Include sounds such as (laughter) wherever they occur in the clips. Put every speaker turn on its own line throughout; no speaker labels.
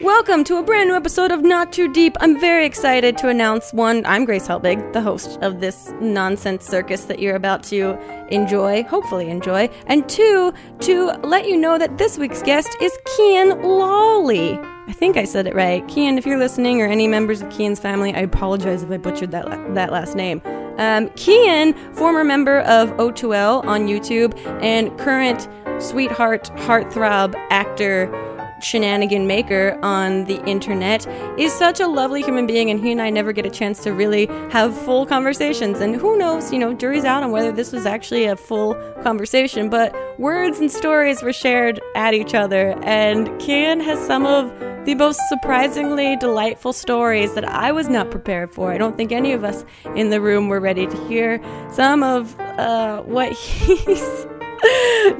Welcome to a brand new episode of Not Too Deep. I'm very excited to announce one. I'm Grace Helbig, the host of this nonsense circus that you're about to enjoy, hopefully enjoy. And two, to let you know that this week's guest is Kian Lawley. I think I said it right. Kian, if you're listening or any members of Kian's family, I apologize if I butchered that, la- that last name. Um, Kian, former member of O2L on YouTube and current sweetheart, heartthrob, actor, shenanigan maker on the internet is such a lovely human being and he and I never get a chance to really have full conversations and who knows you know jury's out on whether this was actually a full conversation but words and stories were shared at each other and Kian has some of the most surprisingly delightful stories that I was not prepared for. I don't think any of us in the room were ready to hear some of uh, what (laughs) he's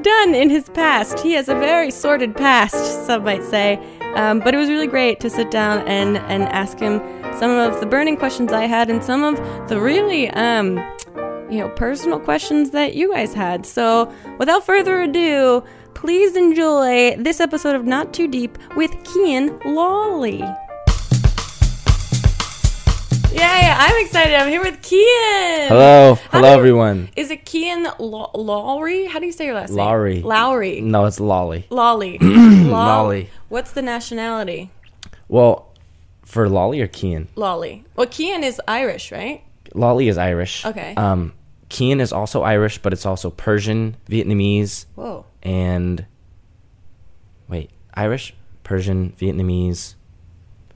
done in his past. He has a very sordid past, some might say. Um, but it was really great to sit down and, and ask him some of the burning questions I had and some of the really, um, you know, personal questions that you guys had. So without further ado, please enjoy this episode of Not Too Deep with Kian Lawley. Yay, I'm excited. I'm here with Kian.
Oh.
Hello,
How
hello
do you-
everyone.
Is it Kian Law- Lowry? How do you say your last
Lowry.
name? Lowry. Lowry.
No, it's Lolly. (clears throat)
Lolly.
Lolly.
What's the nationality?
Well, for Lolly or Keen,
Lolly. Well, Kian is Irish, right?
Lolly is Irish.
Okay.
Um, Keen is also Irish, but it's also Persian, Vietnamese,
Whoa.
and wait, Irish, Persian, Vietnamese,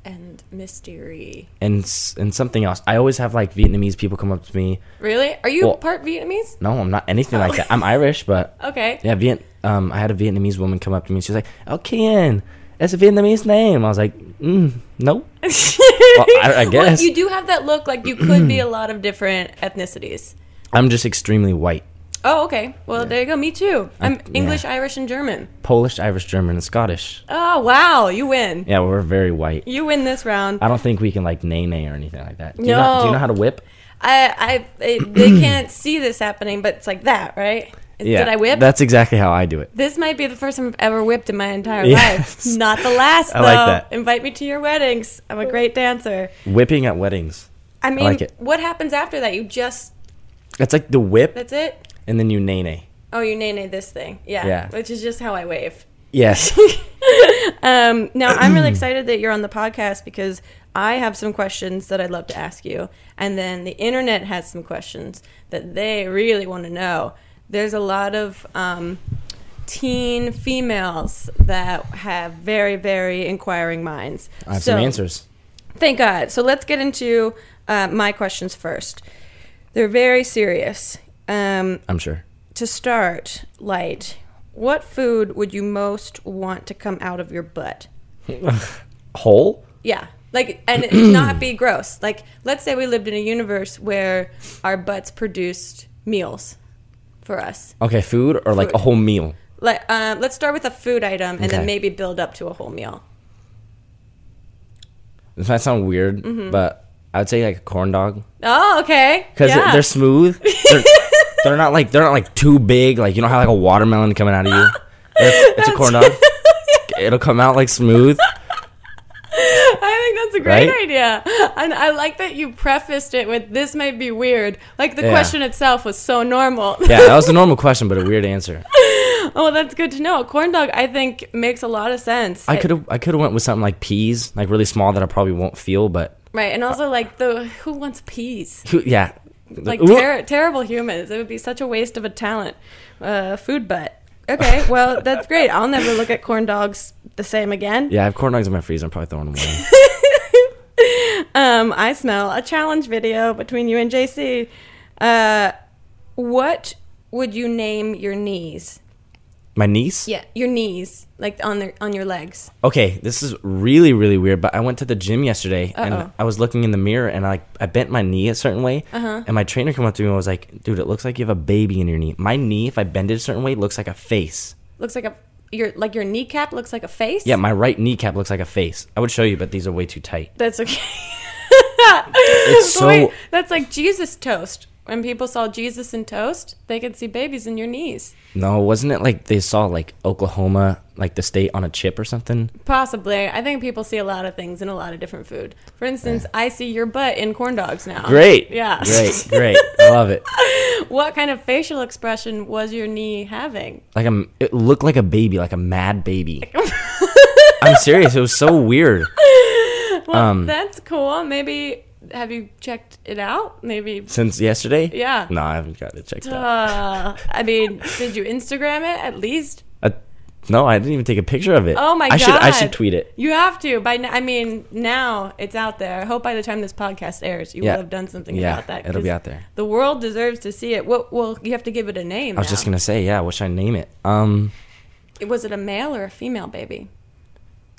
And mystery.
and s- and something else. I always have like Vietnamese people come up to me.
Really? Are you
Well-
part Vietnamese?
No, I'm not anything like that. I'm Irish, but
Okay. (laughs)
yeah, Viet. Um, I had a Vietnamese woman come up to me. She's like, "Oh, Keen, that's a Vietnamese name." I was like, mm, "No." I- I guess.
you do have that look like you could
(clears throat)
be a lot of different ethnicities.
I'm just extremely white.
Oh, okay. Well, there you go. Me too. I'm
yeah.
English, Irish, and German.
Polish, Irish, German, and Scottish.
Oh, wow. You win.
Yeah, we're very white.
You win this round.
I don't think we can like nay nay or anything like that. Do you know, do you
No.
know how to whip?
I, I, I
(clears throat)
they can't see this happening, but it's like that, right? Did I whip?
That's exactly how I do it.
This might be the first time I've ever whipped in my entire
Yes. (laughs)
life. Not the last, though.
I like that.
Invite me to your weddings. I'm a great dancer.
Whipping at weddings.
I mean,
like it.
what happens after that? You just,
That's like the whip,
that's it?
and then you nay nay.
Oh, you nay nay this thing. Yeah.
Yeah.
Which is just how I wave.
Yes.
Um, now,
(clears throat)
I'm really excited that you're on the podcast because I have some questions that I'd love to ask you. And then the internet has some questions that they really want to know. There's a lot of um, teen females that have very, very inquiring minds.
(laughs) I have some answers.
Thank God. So let's get into uh, my questions first. They're very serious. Um,
I'm sure.
to start, light. What food would you most want to come out of your butt?
Whole?
Yeah, like and it
(clears throat)
not be gross. Like, let's say we lived in a universe where our butts produced meals for us.
Okay, food or like a
Food.
whole meal.
Like, uh, let's start with a food item and then
Okay.
maybe build up to a whole meal.
This might sound weird,
Mm-hmm.
but I would say like a corn dog
Oh, okay.
because
yeah. (laughs)
they're smooth. They're, they're not like they're not like too big. Like you don't have like a watermelon coming out of
(laughs)
you. It's, it's a corn dog. It'll come out like smooth.
I think that's a great
Right?
idea. And I like that you prefaced it with this might be weird. Like the
Yeah.
question itself was so normal.
Yeah, that was a normal question, but a weird answer.
(laughs) oh, that's good to know. Corn dog I think makes a lot of sense.
I
It-
could have I could have went with something like peas, like really small that I probably won't feel, but
Right, and also like the who wants peas?
who- yeah,
Like
Ooh,
ter- terrible humans. It would be such a waste of a talent. Uh, food butt. Okay,
(laughs)
well that's great. I'll never look at corn dogs the same again.
yeah. I have corn dogs in my freezer. I'm probably throwing them
(laughs)
away.
Um, I smell a challenge video between you and JC. Uh, what would you name your knees?
my niece.
Yeah, your knees, like on their on your legs.
Okay, this is really really weird. But I went to the gym yesterday
Uh-oh.
and I was looking in the mirror and I like I bent my knee a certain way,
Uh-huh.
and my trainer came up to me and was like, "Dude, it looks like you have a baby in your knee. My knee, if I bend it a certain way, looks like a face.
Looks like a your like your kneecap looks like a face.
Yeah, my right kneecap looks like a face. I would show you, but these are way too tight.
(laughs) that's okay.
It's so
that's like Jesus toast. When people saw Jesus in toast, they could see babies in your knees.
No, wasn't it like they saw like Oklahoma, like the state on a chip or something?
Possibly. I think people see a lot of things in a lot of different food. For instance, I see your butt in corn dogs now.
Great.
Yeah.
Great.
(laughs)
Great. I love it.
what kind of facial expression was your knee having?
Like a, it looked like a baby, like a mad
(laughs)
baby. I'm serious. It was so weird.
Well,
Um,
that's cool. Maybe have you checked it out? Maybe.
Since yesterday?
Yeah.
No, I haven't got it checked out.
Uh, I mean, did you Instagram it at least?
I, no, I didn't even take a picture of it.
Oh my
I should I should
God.
tweet it.
You have to. By now, I mean, now it's out there. I hope by the time this podcast airs, you
Yeah.
will have done something
Yeah,
about that.
it'll
'cause
be out there.
The world deserves to see it. Well, well you have to give it a name.
I was just gonna say, yeah, what should I name it? Um
Was it a male or a female baby?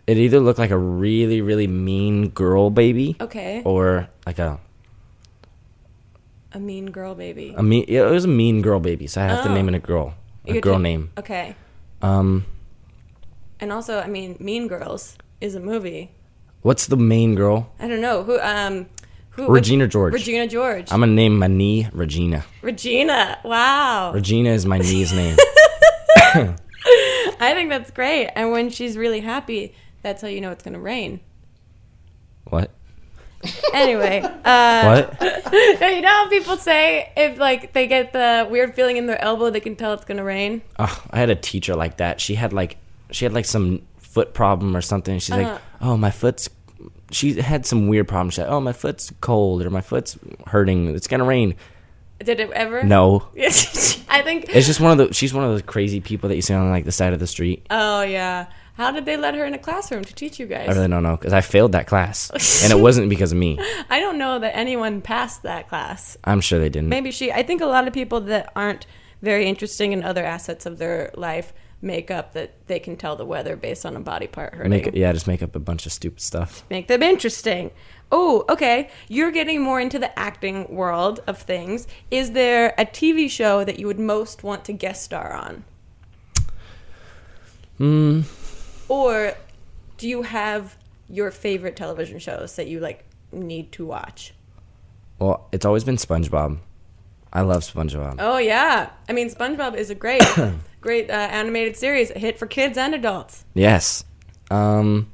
it either looked like a really, really mean girl baby
Okay,
or like a
a mean girl baby.
a mean yeah, it was a mean girl baby, so I have
Oh.
to name it a girl. A
You're
girl
ta-
name.
Okay,
Um
and also, I mean, Mean Girls is a movie.
what's the main girl?
I don't know who. Um, who? which-
Regina George.
Regina George.
I'm gonna name my knee Regina.
Regina. Wow.
Regina is my
(laughs)
knee's name.
I think that's great. And when she's really happy, that's how you know it's gonna rain.
What?
Anyway, (laughs) uh,
What?
No, you know how people say if like they get the weird feeling in their elbow, they can tell it's gonna rain.
Ugh, I had a teacher like that. She had like she had like some foot problem or something. She's
Uh-huh.
like, "Oh, my foot's." She had some weird problem. She's like, "Oh, my foot's cold or my foot's hurting. It's gonna rain."
Did it ever?
No,
(laughs) I think.
it's just one of the. She's one of those crazy people that you see on like the side of the street.
oh yeah. How did they let her in a classroom to teach you guys?
I really don't know because I failed that class, and it wasn't because of me.
I don't know that anyone passed that class.
I'm sure they didn't.
Maybe she. I think a lot of people that aren't very interesting in other assets of their life make up that they can tell the weather based on a body part hurting.
Make e- yeah, just make up a bunch of stupid stuff.
make them interesting. Oh, okay. You're getting more into the acting world of things. Is there a TV show that you would most want to guest star on? Hmm. Or do you have your favorite television shows that you like need to watch?
Well, it's always been SpongeBob. I love SpongeBob.
Oh yeah. I mean, SpongeBob is
(coughs)
a great, great uh, animated series, a hit for kids and adults.
Yes. Um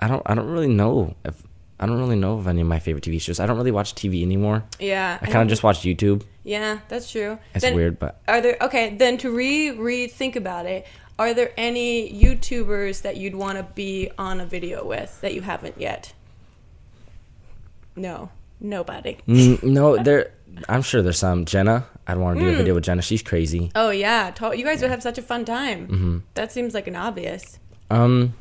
I don't I don't really know if I don't really know of any of my favorite TV shows. I don't really watch TV anymore.
Yeah.
I kind of just watch YouTube.
Yeah, that's true.
It's
Then-
weird, but
Are there okay? Then to re rethink about it, are there any YouTubers that you'd want to be on a video with that you haven't yet? No, nobody.
Mm, no, there I'm sure there's some Jenna. I'd want to
Hmm.
do a video with Jenna. She's crazy.
Oh yeah, to- you guys would have such a fun time. Mm-hmm. That seems like an obvious.
Um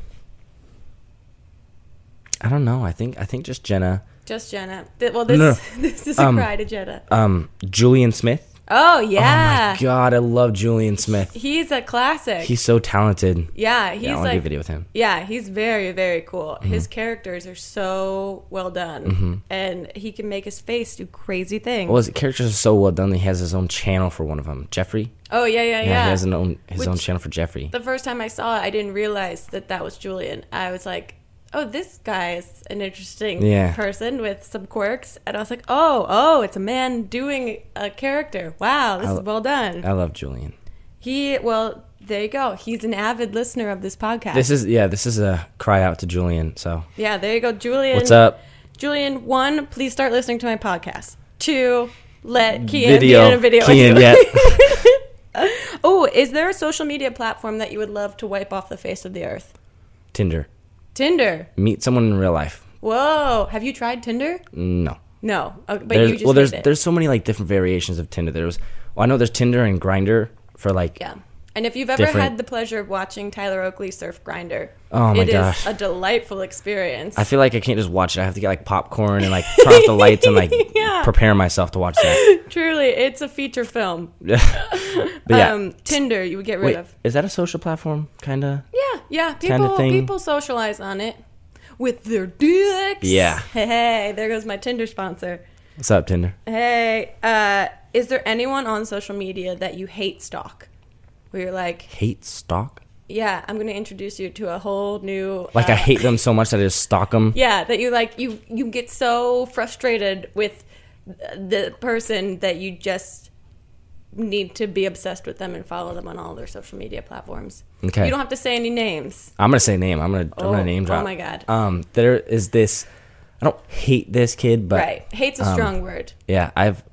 I don't know. I think I think just Jenna.
Just Jenna. Th- well, this
No.
(laughs) this is a
Um,
cry to Jenna.
Um Julian Smith.
Oh
Oh
yeah,
my god, I love Julian Smith.
he's a classic.
He's so talented.
yeah, he's
Yeah, I want to do a Mm-hmm.
like
video with him.
Yeah, he's very, very cool. His characters are so well done,
Mm-hmm.
and he can make his face do crazy things.
Well, his characters are so well done. that He has his own channel for one of them, Jeffrey.
oh yeah, yeah, yeah.
Yeah, he has an own his own
Which-
channel for Jeffrey.
the first time I saw it, I didn't realize that that was Julian. I was like, "Oh, this guy is an interesting
Yeah.
person with some quirks," and I was like, "Oh, oh, it's a man doing a character. Wow, this
I-
is well done."
I love Julian.
he, well, there you go. He's an avid listener of this podcast.
This is yeah, this is a cry out to Julian. So
yeah, there you go, Julian.
what's up?
Julian, one, please start listening to my podcast. Two, let Kian be
Video,
in a video. (laughs)
Kian, yeah.
Oh, is there a social media platform that you would love to wipe off the face of the earth?
Tinder.
Tinder.
Meet someone in real life.
Whoa. Have you tried Tinder?
No.
No. Oh, but you
There's,
just
well, there's
hate it.
there's so many like different variations of Tinder. There's well, I know there's Tinder and Grinder for like
yeah. And if you've ever
different-
had the pleasure of watching Tyler Oakley surf grinder,
Oh my
it is
gosh.
a delightful experience.
I feel like I can't just watch it. I have to get like popcorn and like (laughs) turn off the lights and like
(laughs) Yeah.
prepare myself to watch
(laughs)
that. (laughs)
Truly, it's a feature film.
but yeah.
Um, Tinder, you would get rid
Wait,
of.
is that a social platform? Kinda.
Yeah, yeah. People
kinda thing.
people socialize on it with their dicks.
Yeah.
Hey, there goes my Tinder sponsor.
What's up, Tinder?
Hey, uh, is there anyone on social media that you hate stalk? Where you're like,
Hate stalk.
yeah, I'm gonna introduce you to a whole new
Like
uh,
I hate them so much that I just stalk them.
yeah that you like you you get so frustrated with the person that you just need to be obsessed with them and follow them on all their social media platforms.
Okay.
You don't have to say any names.
I'm gonna say name. I'm gonna I'm
Oh,
gonna name
oh
drop.
my God.
Um, there is this. I don't hate this kid, but um,
right. Hate's a strong word.
yeah, I've.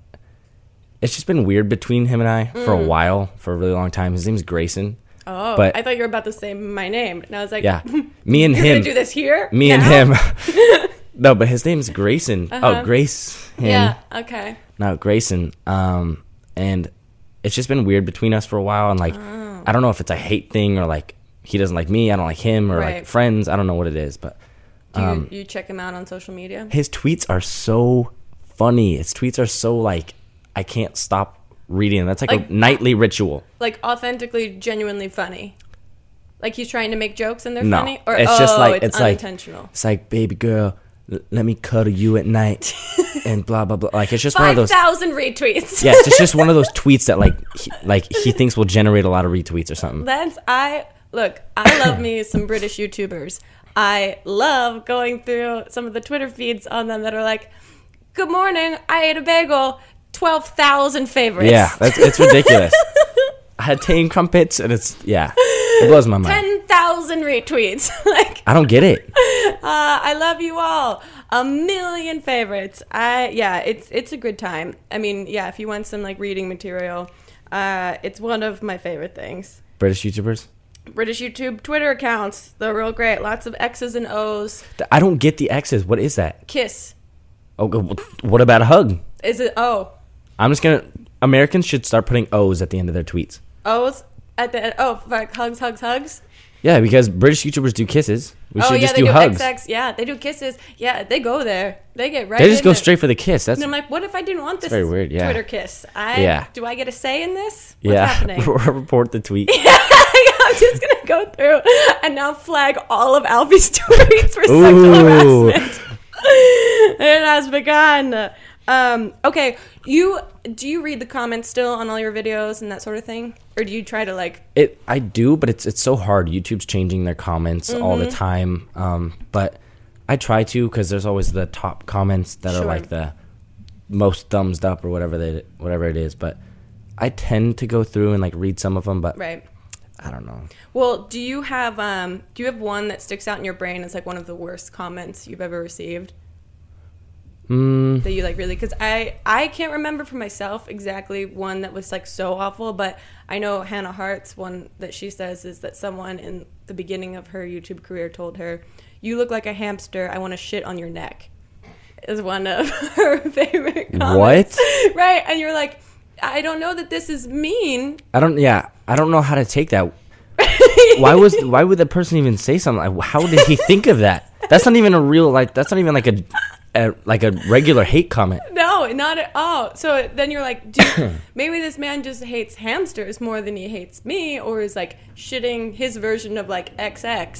It's just been weird between him and I for a
Mm.
while, for a really long time. His name's Grayson.
Oh,
but-
I thought you were about to say my name. And I was like, (laughs)
Yeah, me and
You're
him.
going to do this here?
Me
now? Uh-huh.
and
(laughs)
him. (laughs) no, but his name's Grayson. Oh, Grace. Him.
Yeah. Okay.
No, Grayson. Um, and it's just been weird between us for a while, and like,
Oh.
I don't know if it's a hate thing or like he doesn't like me, I don't like him, or like
Right.
friends. I don't know what it is, but
Do
um,
you, you check him out on social media?
his tweets are so funny. His tweets are so like I can't stop reading. That's like,
Like-
a nightly ritual.
Like authentically, genuinely funny. Like he's trying to make jokes and they're
No,
funny? Or
it's just
oh,
like
it's,
it's, like
unintentional.
it's like baby girl, l- let me cuddle you at
(laughs)
night, and blah blah blah. Like it's just one of those.
5,000 retweets.
(laughs) Yes, it's just one of those tweets that like he, like he thinks will generate a lot of retweets or something.
(laughs) That's I look. I love
(coughs)
me some British YouTubers. I love going through some of the Twitter feeds on them that are like, "Good morning, I ate a bagel." Twelve thousand favorites.
Yeah, that's, it's ridiculous.
(laughs)
I had tame crumpets, and it's yeah, it blows my mind.
Ten thousand retweets. (laughs) like, uh,
I don't get it.
I love you all. A million favorites. I yeah, it's it's a good time. I mean, yeah, if you want some like reading material, uh, it's one of my favorite things.
British YouTubers,
British YouTube Twitter accounts. They're real great. Lots of X's and O's.
Th- I don't get the X's. What is that?
Kiss.
Oh, go- wh- what about a hug?
Is it oh
I'm just gonna. Americans should start putting O's at the end of their tweets.
O's at the end? Oh, fuck, hugs, hugs, hugs.
Yeah, because British YouTubers do kisses. We
oh
should
yeah,
just
they
do,
do
hugs.
XX. Yeah, they do kisses. Yeah, they go there. They get right.
They just
in
go
there.
straight for the kiss. That's
And I'm like, what if I didn't want this?
very weird, yeah.
Twitter kiss. I
Yeah.
do I get a say in this?
(laughs)
What's
yeah.
happening?
(laughs)
(laughs)
Report the tweet.
I'm just gonna go through and now flag all of Alfie's (laughs) tweets for sexual
Ooh.
harassment. (laughs) it has begun. Um, okay, you do you read the comments still on all your videos and that sort of thing, or do you try to like
It I do, but it's it's so hard. YouTube's changing their comments all
Mm-hmm.
the time. Um, but I try to because there's always the top comments that are
Sure.
like the most thumbs up or whatever they whatever it is. But I tend to go through and like read some of them, but
right?
I don't know.
Well, do you have um do you have one that sticks out in your brain as like one of the worst comments you've ever received? Mm. That you like really cuz I I can't remember for myself exactly one that was like so awful, but I know Hannah Hart's one that she says is that someone in the beginning of her YouTube career told her, "You look like a hamster. I want to shit on your neck." Is one of (laughs) her favorite comments. What? (laughs) Right, and you're like, "I don't know that this is mean."
I don't. Yeah, I don't know how to take
(laughs)
that. why was why would the person even say something? Like, how did he think of that? That's not even a real like. That's not even like a, a like a regular hate comment.
No, not at all. So then you're like,
(coughs)
dude, maybe this man just hates hamsters more than he hates me, or is like shitting his version of like XX.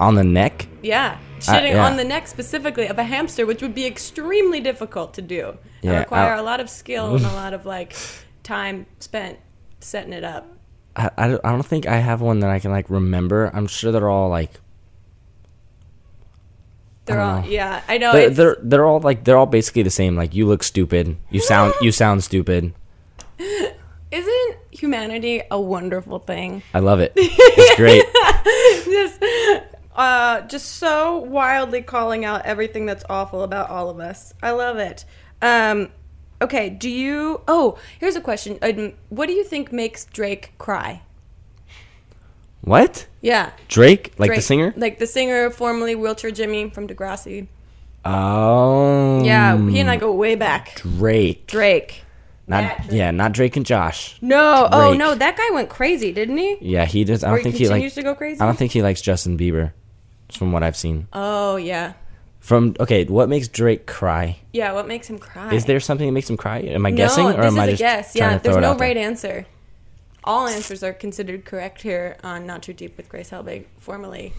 On the neck.
Yeah, shitting
Uh, yeah.
on the neck specifically of a hamster, which would be extremely difficult to do and
Yeah,
require
I-
a lot of skill and a lot of
(laughs)
like time spent setting it up.
I, I don't- I don't think I have one that I can like remember. I'm sure they're all like
They're all
know.
yeah, I know.
Oh. they're,
it's-
they're they're all like they're all basically the same. Like you look stupid. You sound
(laughs)
you sound stupid.
isn't humanity a wonderful thing?
I love
(laughs)
it. It's great.
just, uh, just so wildly calling out everything that's awful about all of us. I love it. Um, okay, do you? Oh, here's a question. Um, what do you think makes Drake cry?
What?
Yeah,
Drake, like the
Drake-
singer?
like the singer formerly Wheelchair Jimmy from Degrassi.
Oh.
Yeah, he and I go way back.
Drake.
Drake.
Not yeah, not Drake and Josh.
No, oh
Drake.
no, that guy went crazy, didn't he?
Yeah, he does. I
Or
don't
he
think he
continues
like.
to go crazy.
I don't think he likes Justin Bieber, from what I've seen.
Oh yeah,
From okay, what makes Drake cry?
yeah. What makes him cry?
Is there something that makes him cry? Am I
No,
guessing,
this
or am
is
I
a
just
guess.
trying
Yeah,
to throw
there's
it
no
out there?
right answer. All answers are considered correct here on Not Too Deep with Grace Helbig, formerly.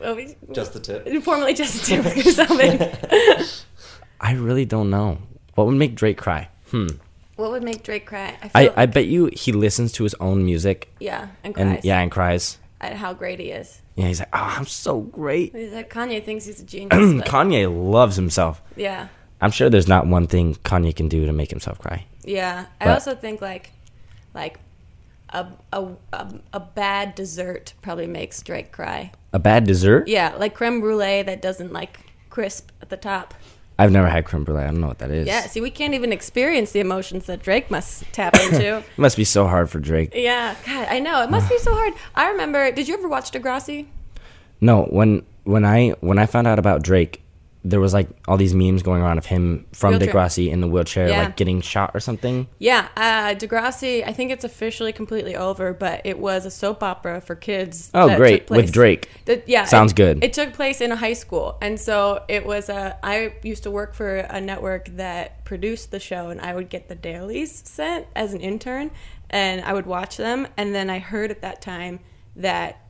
Well, we,
Just the
(laughs)
tip.
formerly just Deep with
(laughs)
Grace Helbig. (laughs)
I really don't know. What would make Drake cry? Hmm.
what would make Drake cry? I feel,
I, I bet you he listens to his own music
yeah, and
and
cries
yeah and cries.
at how great he is.
Yeah, he's like, oh, I'm so great. (clears throat)
He's like, Kanye thinks he's a genius. but-
Kanye loves himself.
yeah,
I'm sure there's not one thing Kanye can do to make himself cry.
Yeah, I
But-
also think like, like, a, a a a bad dessert probably makes Drake cry.
A bad dessert?
Yeah, like creme brulee that doesn't like crisp at the top.
I've never had creme brulee. I don't know what that is.
Yeah, see, we can't even experience the emotions that Drake must tap into.
It must be so hard for Drake.
yeah, God, I know it must be so hard. I remember. Did you ever watch Degrassi?
No, when when I when I found out about Drake, there was like all these memes going around of him from
Wheelchair.
Degrassi in the wheelchair,
Yeah.
like getting shot or something.
Yeah, uh, Degrassi. I think it's officially completely over, but it was a soap opera for kids.
Oh,
that took
great. With
place-
Drake.
that- yeah,
Sounds
it-
good.
It took place in a high school, and so it was a. I used to work for a network that produced the show, and I would get the dailies sent as an intern, and I would watch them, and then I heard at that time that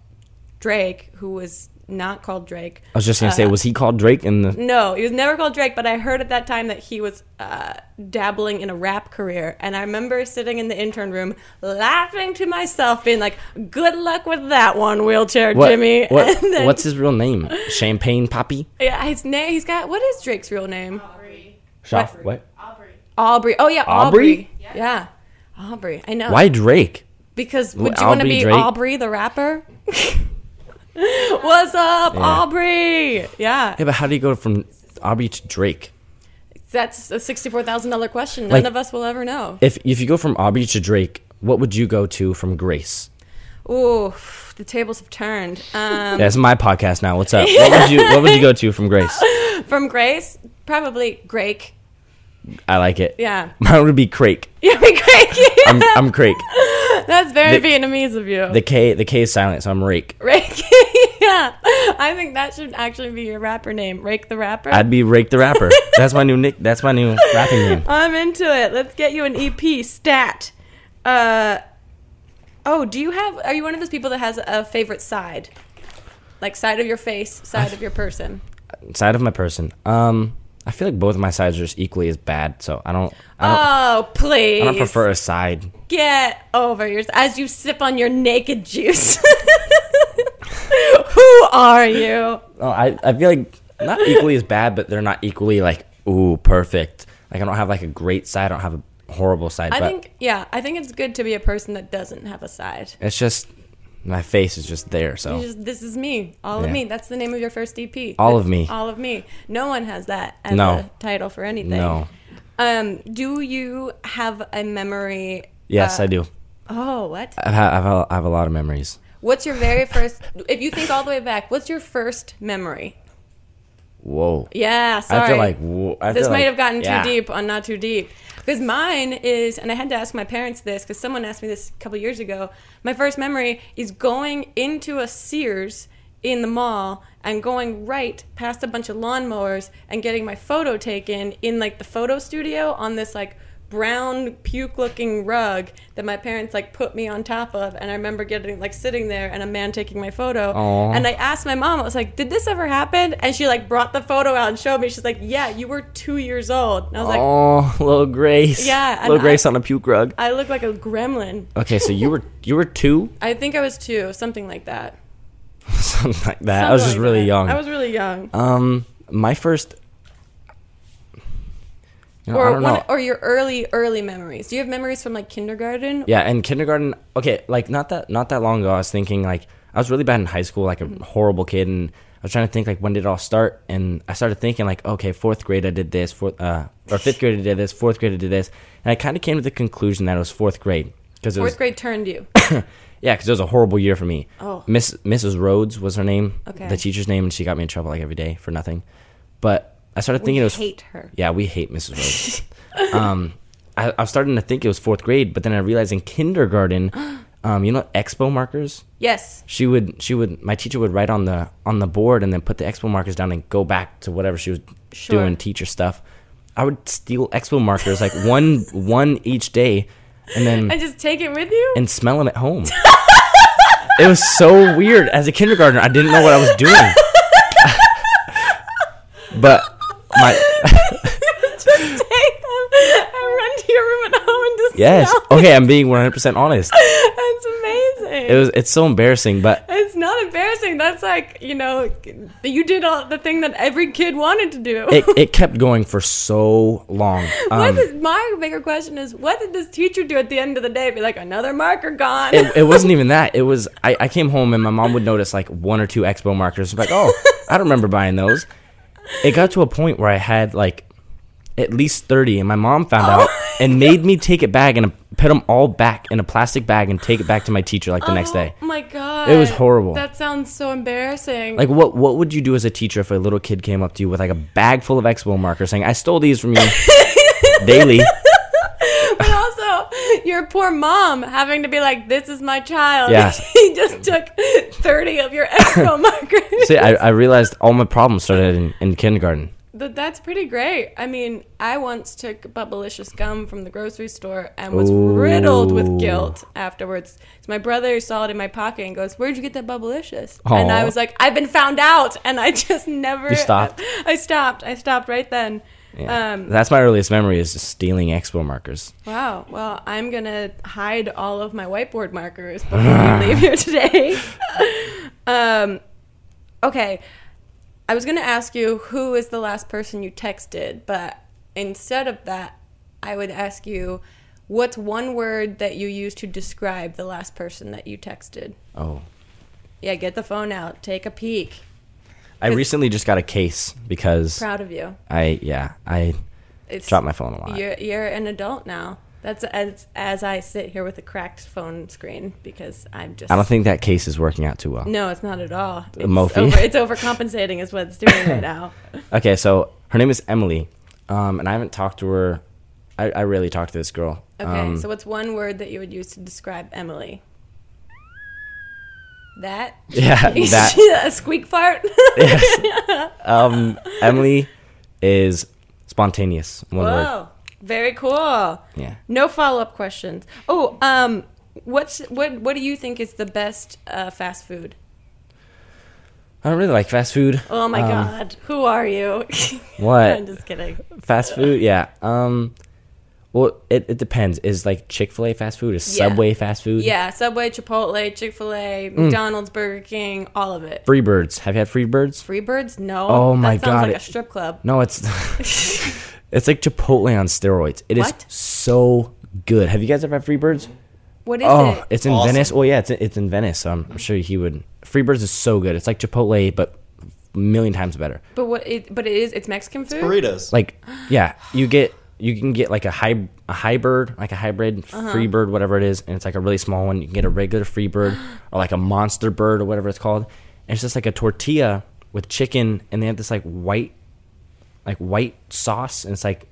Drake, who was not called Drake,
I was just gonna say,
Uh-huh.
was he called Drake in the?
no, he was never called Drake, but I heard at that time that he was uh, dabbling in a rap career. And I remember sitting in the intern room laughing to myself, being like, good luck with that one, wheelchair
What,
Jimmy. (laughs)
what-
and then,
what's his real name? Champagne Poppy.
yeah, his name? He's got, what is Drake's real name?
Aubrey.
Shop. What?
Aubrey.
Aubrey. Oh, yeah, Aubrey.
Aubrey?
Yeah. Aubrey. I know.
Why Drake?
Because would
Wh-
you want to
Aubrey
be
Drake?
Aubrey the rapper? (laughs) What's up,
Yeah.
Aubrey? Yeah.
Yeah, but how do you go from Aubrey to Drake?
That's a $64,000 question. None
Like-
of us will ever know.
If if you go from Aubrey to Drake, what would you go to from Grace?
Ooh, the tables have turned. Um, (laughs)
That's my podcast now. What's up? What would you What would you go to from Grace?
From Grace, probably Grake.
I like it.
Yeah, (laughs)
Mine would be Crake.
yeah, (laughs) we Grake.
I'm I'm Crake.
(laughs) That's very
the-
Vietnamese of you.
The K the K is silent, so I'm Rake.
(laughs) Rake. (laughs) yeah, I think that should actually be your rapper name, Rake the rapper. i
I'd be Rake the
(laughs)
rapper. That's my new nick. That's my new rapping name.
am into it. Let's get you an EP stat. Uh, oh, do you have? Are you one of those people that has a favorite side, like side of your face, side of your person?
Side of my person. Um, I feel like both of my sides are just equally as bad. So I don't. I don't,
Oh, please.
I don't prefer a side.
Get over yours as you sip on your naked juice. (laughs) Who are you?
No, Oh, I, I feel like not equally as bad, but they're not equally like ooh perfect. Like I don't have like a great side. I don't have a horrible side.
I
but
think yeah, I think it's good to be a person that doesn't have a side.
it's just my face is just there. So
You just, this is me, all of
Yeah.
me. That's the name of your first EP.
All
That's
of me.
All of me. No one has that as
No.
a title for anything.
no.
Um, do you have a memory? uh,
Yes, I do.
Oh, what?
I've ha- I've a, I have a lot of memories.
What's your very first? if you think all the way back, what's your first memory?
Whoa.
Yeah, sorry.
I feel like whoa, I
this
feel
might
like-
have gotten
yeah.
too deep on not too deep because mine is and i had to ask my parents this because someone asked me this a couple years ago my first memory is going into a sears in the mall and going right past a bunch of lawnmowers and getting my photo taken in like the photo studio on this like brown puke looking rug that my parents like put me on top of and i remember getting like sitting there and a man taking my photo
Aw.
and I asked my mom, I was like, did this ever happen? And she like brought the photo out and showed me. She's like, yeah, you were two years old. And I was like,
Oh, (laughs) little Grace.
Yeah, and
little Grace
I-
on a puke rug.
I look like a gremlin.
Okay, so you were you were two, (laughs)
I think I was two, something like that.
something like that. I was just
Something like
really
that.
young.
I was really young.
um, my first. You know, I
or
don't
one,
know.
or your early, early memories. Do you have memories from like kindergarten?
Yeah, and kindergarten. Okay, like not that not that long ago, I was thinking like I was really bad in high school, like a
Mm-hmm.
horrible kid, and I was trying to think like when did it all start, and I started thinking like okay, fourth grade I did this, fourth uh, or fifth grade I did this, fourth grade I did this, and I kind of came to the conclusion that it was fourth grade because it was
Fourth grade turned you.
(laughs) yeah, because it was a horrible year for me.
Oh.
Miss Mrs. Rhodes was her name,
Okay.
the teacher's name, and she got me in trouble like every day for nothing. But I started thinking it was
hate her.
Yeah, we hate Mrs.
(laughs)
Rhodes. um, I, I was starting to think it was fourth grade, but then I realized in
(gasps)
kindergarten, um, you know, expo markers.
Yes.
She would, she would, my teacher would write on the on the board and then put the expo markers down and go back to whatever she was
Sure.
doing, teacher stuff. I would steal expo markers like one (laughs) one each day, and then
And just take it with you?
and smell them at home. (laughs) it was so weird. As a kindergartner, I didn't know what I was doing. (laughs) but my
(laughs) just take them and run to your room at home and just
yes, Oh.
smell.
okay, I'm being 100% honest.
That's amazing.
It was it's so embarrassing, but
It's not embarrassing. amazing. That's like, you know, you did all the thing that every kid wanted to do.
It, it kept going for so long.
(laughs) What
Um, it,
did- my bigger question is, what did this teacher do at the end of the day? Be like, another marker gone.
it wasn't even that. It was I, I came home and my mom would notice like one or two expo markers. Like, oh, I don't remember buying those. It got to a point where I had like at least thirty, and my mom found out
Oh
and made me take it back and put them all back in a plastic bag and take it back to my teacher like the next day.
(laughs) Oh my god.
It was horrible.
That sounds so embarrassing.
Like what what would you do as a teacher if a little kid came up to you with like a bag full of Expo markers saying, "I stole these from you
(laughs)
daily."
but (laughs) also your poor mom having to be like, This is my child.
Yes.
(laughs) he just took thirty of your
(laughs)
(laughs) expo markers.
See, I, I realized all my problems started in, in kindergarten.
But that's pretty great. I mean, I once took bubblicious gum from the grocery store and was
Ooh.
riddled with guilt afterwards. So my brother saw it in my pocket and goes, "Where'd you get that bubblicious?" And I
Aw.
was like, "I've been found out," and I (laughs) just never.
You stopped?
I stopped. I stopped right then.
Yeah.
Um,
That's my earliest memory is just stealing Expo markers.
wow. Well, I'm gonna hide all of my whiteboard markers before we leave here today. (laughs) um, okay. I was going to ask you who is the last person you texted, but instead of that, I would ask you what's one word that you use to describe the last person that you texted?
Oh.
Yeah, get the phone out, take a peek.
I recently just got a case because
Proud of you.
I yeah, I
It's
dropped my phone a lot.
You're you're an adult now. That's as as I sit here with a cracked phone screen because I'm just
I don't think that case is working out too well.
No, it's not at all. It's
Mophie.
over it's overcompensating is what it's doing
(laughs)
right now.
Okay, so her name is Emily. Um, and I haven't talked to her I, I rarely talk to this girl.
Okay,
Um,
so what's one word that you would use to describe Emily? That?
(laughs)
(laughs)
yeah, that
a squeak fart? (laughs)
um, Emily is spontaneous. One word.
Whoa. Very cool.
Yeah.
No follow up questions. Oh, um, what's what what do you think is the best uh, fast food?
I don't really like fast food.
Oh my
Um,
god. Who are you? (laughs) I'm
What?
just kidding.
fast food? Yeah. Um, well, it, it depends. Is like Chick fil A fast food? Is
Yeah.
Subway fast food?
Yeah, Subway, Chipotle, Chick fil
Mm.
A, McDonald's, Burger King, all of it.
Free Birds. Have you had Free Birds?
Freebirds? No.
Oh my
that sounds
God,
like a
it-
strip club.
No,
(laughs)
it's it's like Chipotle on steroids. It is
What?
so good. Have you guys ever had Freebirds?
What is
Oh,
it?
it's in
Awesome.
Venice. Well, yeah, it's it's in Venice, so I'm, I'm sure he would. Freebirds is so good. It's like Chipotle, but a million times better.
But what it but it is it's Mexican food?
Burritos.
Like, yeah, you get you can get like a high a hybrid, like a hybrid
Uh-huh.
Freebird, whatever it is, and it's like a really small one. You can get a regular Freebird or like a monster bird or whatever it's called. And it's just like a tortilla with chicken, and they have this like white, like white sauce, and it's like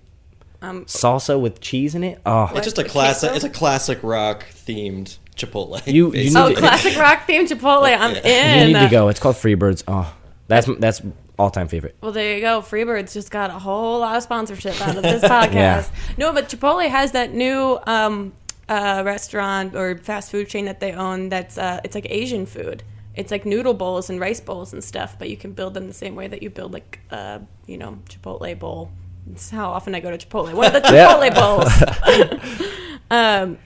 Um,
salsa with cheese in it. Oh,
it's just a
Queso?
classic. It's a classic rock themed Chipotle.
You- you
(laughs) basically.
need
Oh,
Dude.
classic rock themed Chipotle. I'm in.
you need to go. It's called Freebirds. Oh, that's that's all time favorite.
Well, there you go. Freebirds just got a whole lot of sponsorship out
(laughs)
of this podcast. No, but Chipotle has that new um, uh, restaurant or fast food chain that they own. That's uh, it's like Asian food. It's like noodle bowls and rice bowls and stuff, but you can build them the same way that you build like uh, you know Chipotle bowl. That's how often I go to Chipotle. One of
(laughs)
the
Yeah.
Chipotle bowls.
(laughs)
um,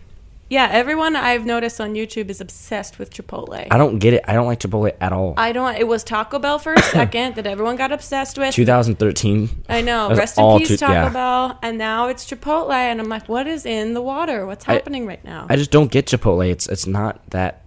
yeah, everyone I've noticed on YouTube is obsessed with Chipotle.
I don't get it. I don't like Chipotle at all.
I don't. It was Taco Bell
(coughs)
for a second that everyone got obsessed with.
2013.
I know.
That's
Rest in
all
peace,
too-
Taco
yeah.
Bell. And now it's Chipotle, and I'm like, what is in the water? What's
I-
happening right now?
I just don't get Chipotle. It's it's not that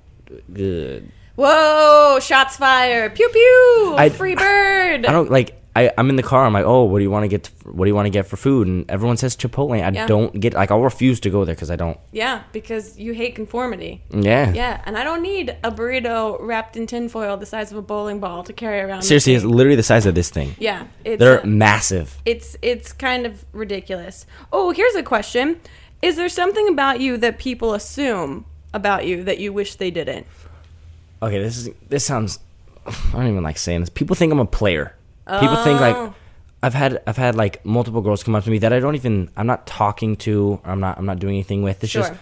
good.
Whoa! Shots fired! Pew pew!
I-
Free bird!
I don't like. I I'm in the car. I'm like, oh, what do you want to get? What do you want to get for food? And everyone says Chipotle. I
Yeah.
don't get. Like, I'll refuse to go there because I don't.
yeah, because you hate conformity.
Yeah.
Yeah, and I don't need a burrito wrapped in tinfoil the size of a bowling ball to carry around. with
Seriously,
me.
it's literally the size of this thing.
yeah, it's uh,
They're massive.
it's it's kind of ridiculous. Oh, here's a question: Is there something about you that people assume about you that you wish they didn't?
okay this is this sounds i don't even like saying this people think i'm a player people think like
Oh.
i've had i've had like multiple girls come up to me that i don't even i'm not talking to or i'm not i'm not doing anything with it's just
Sure.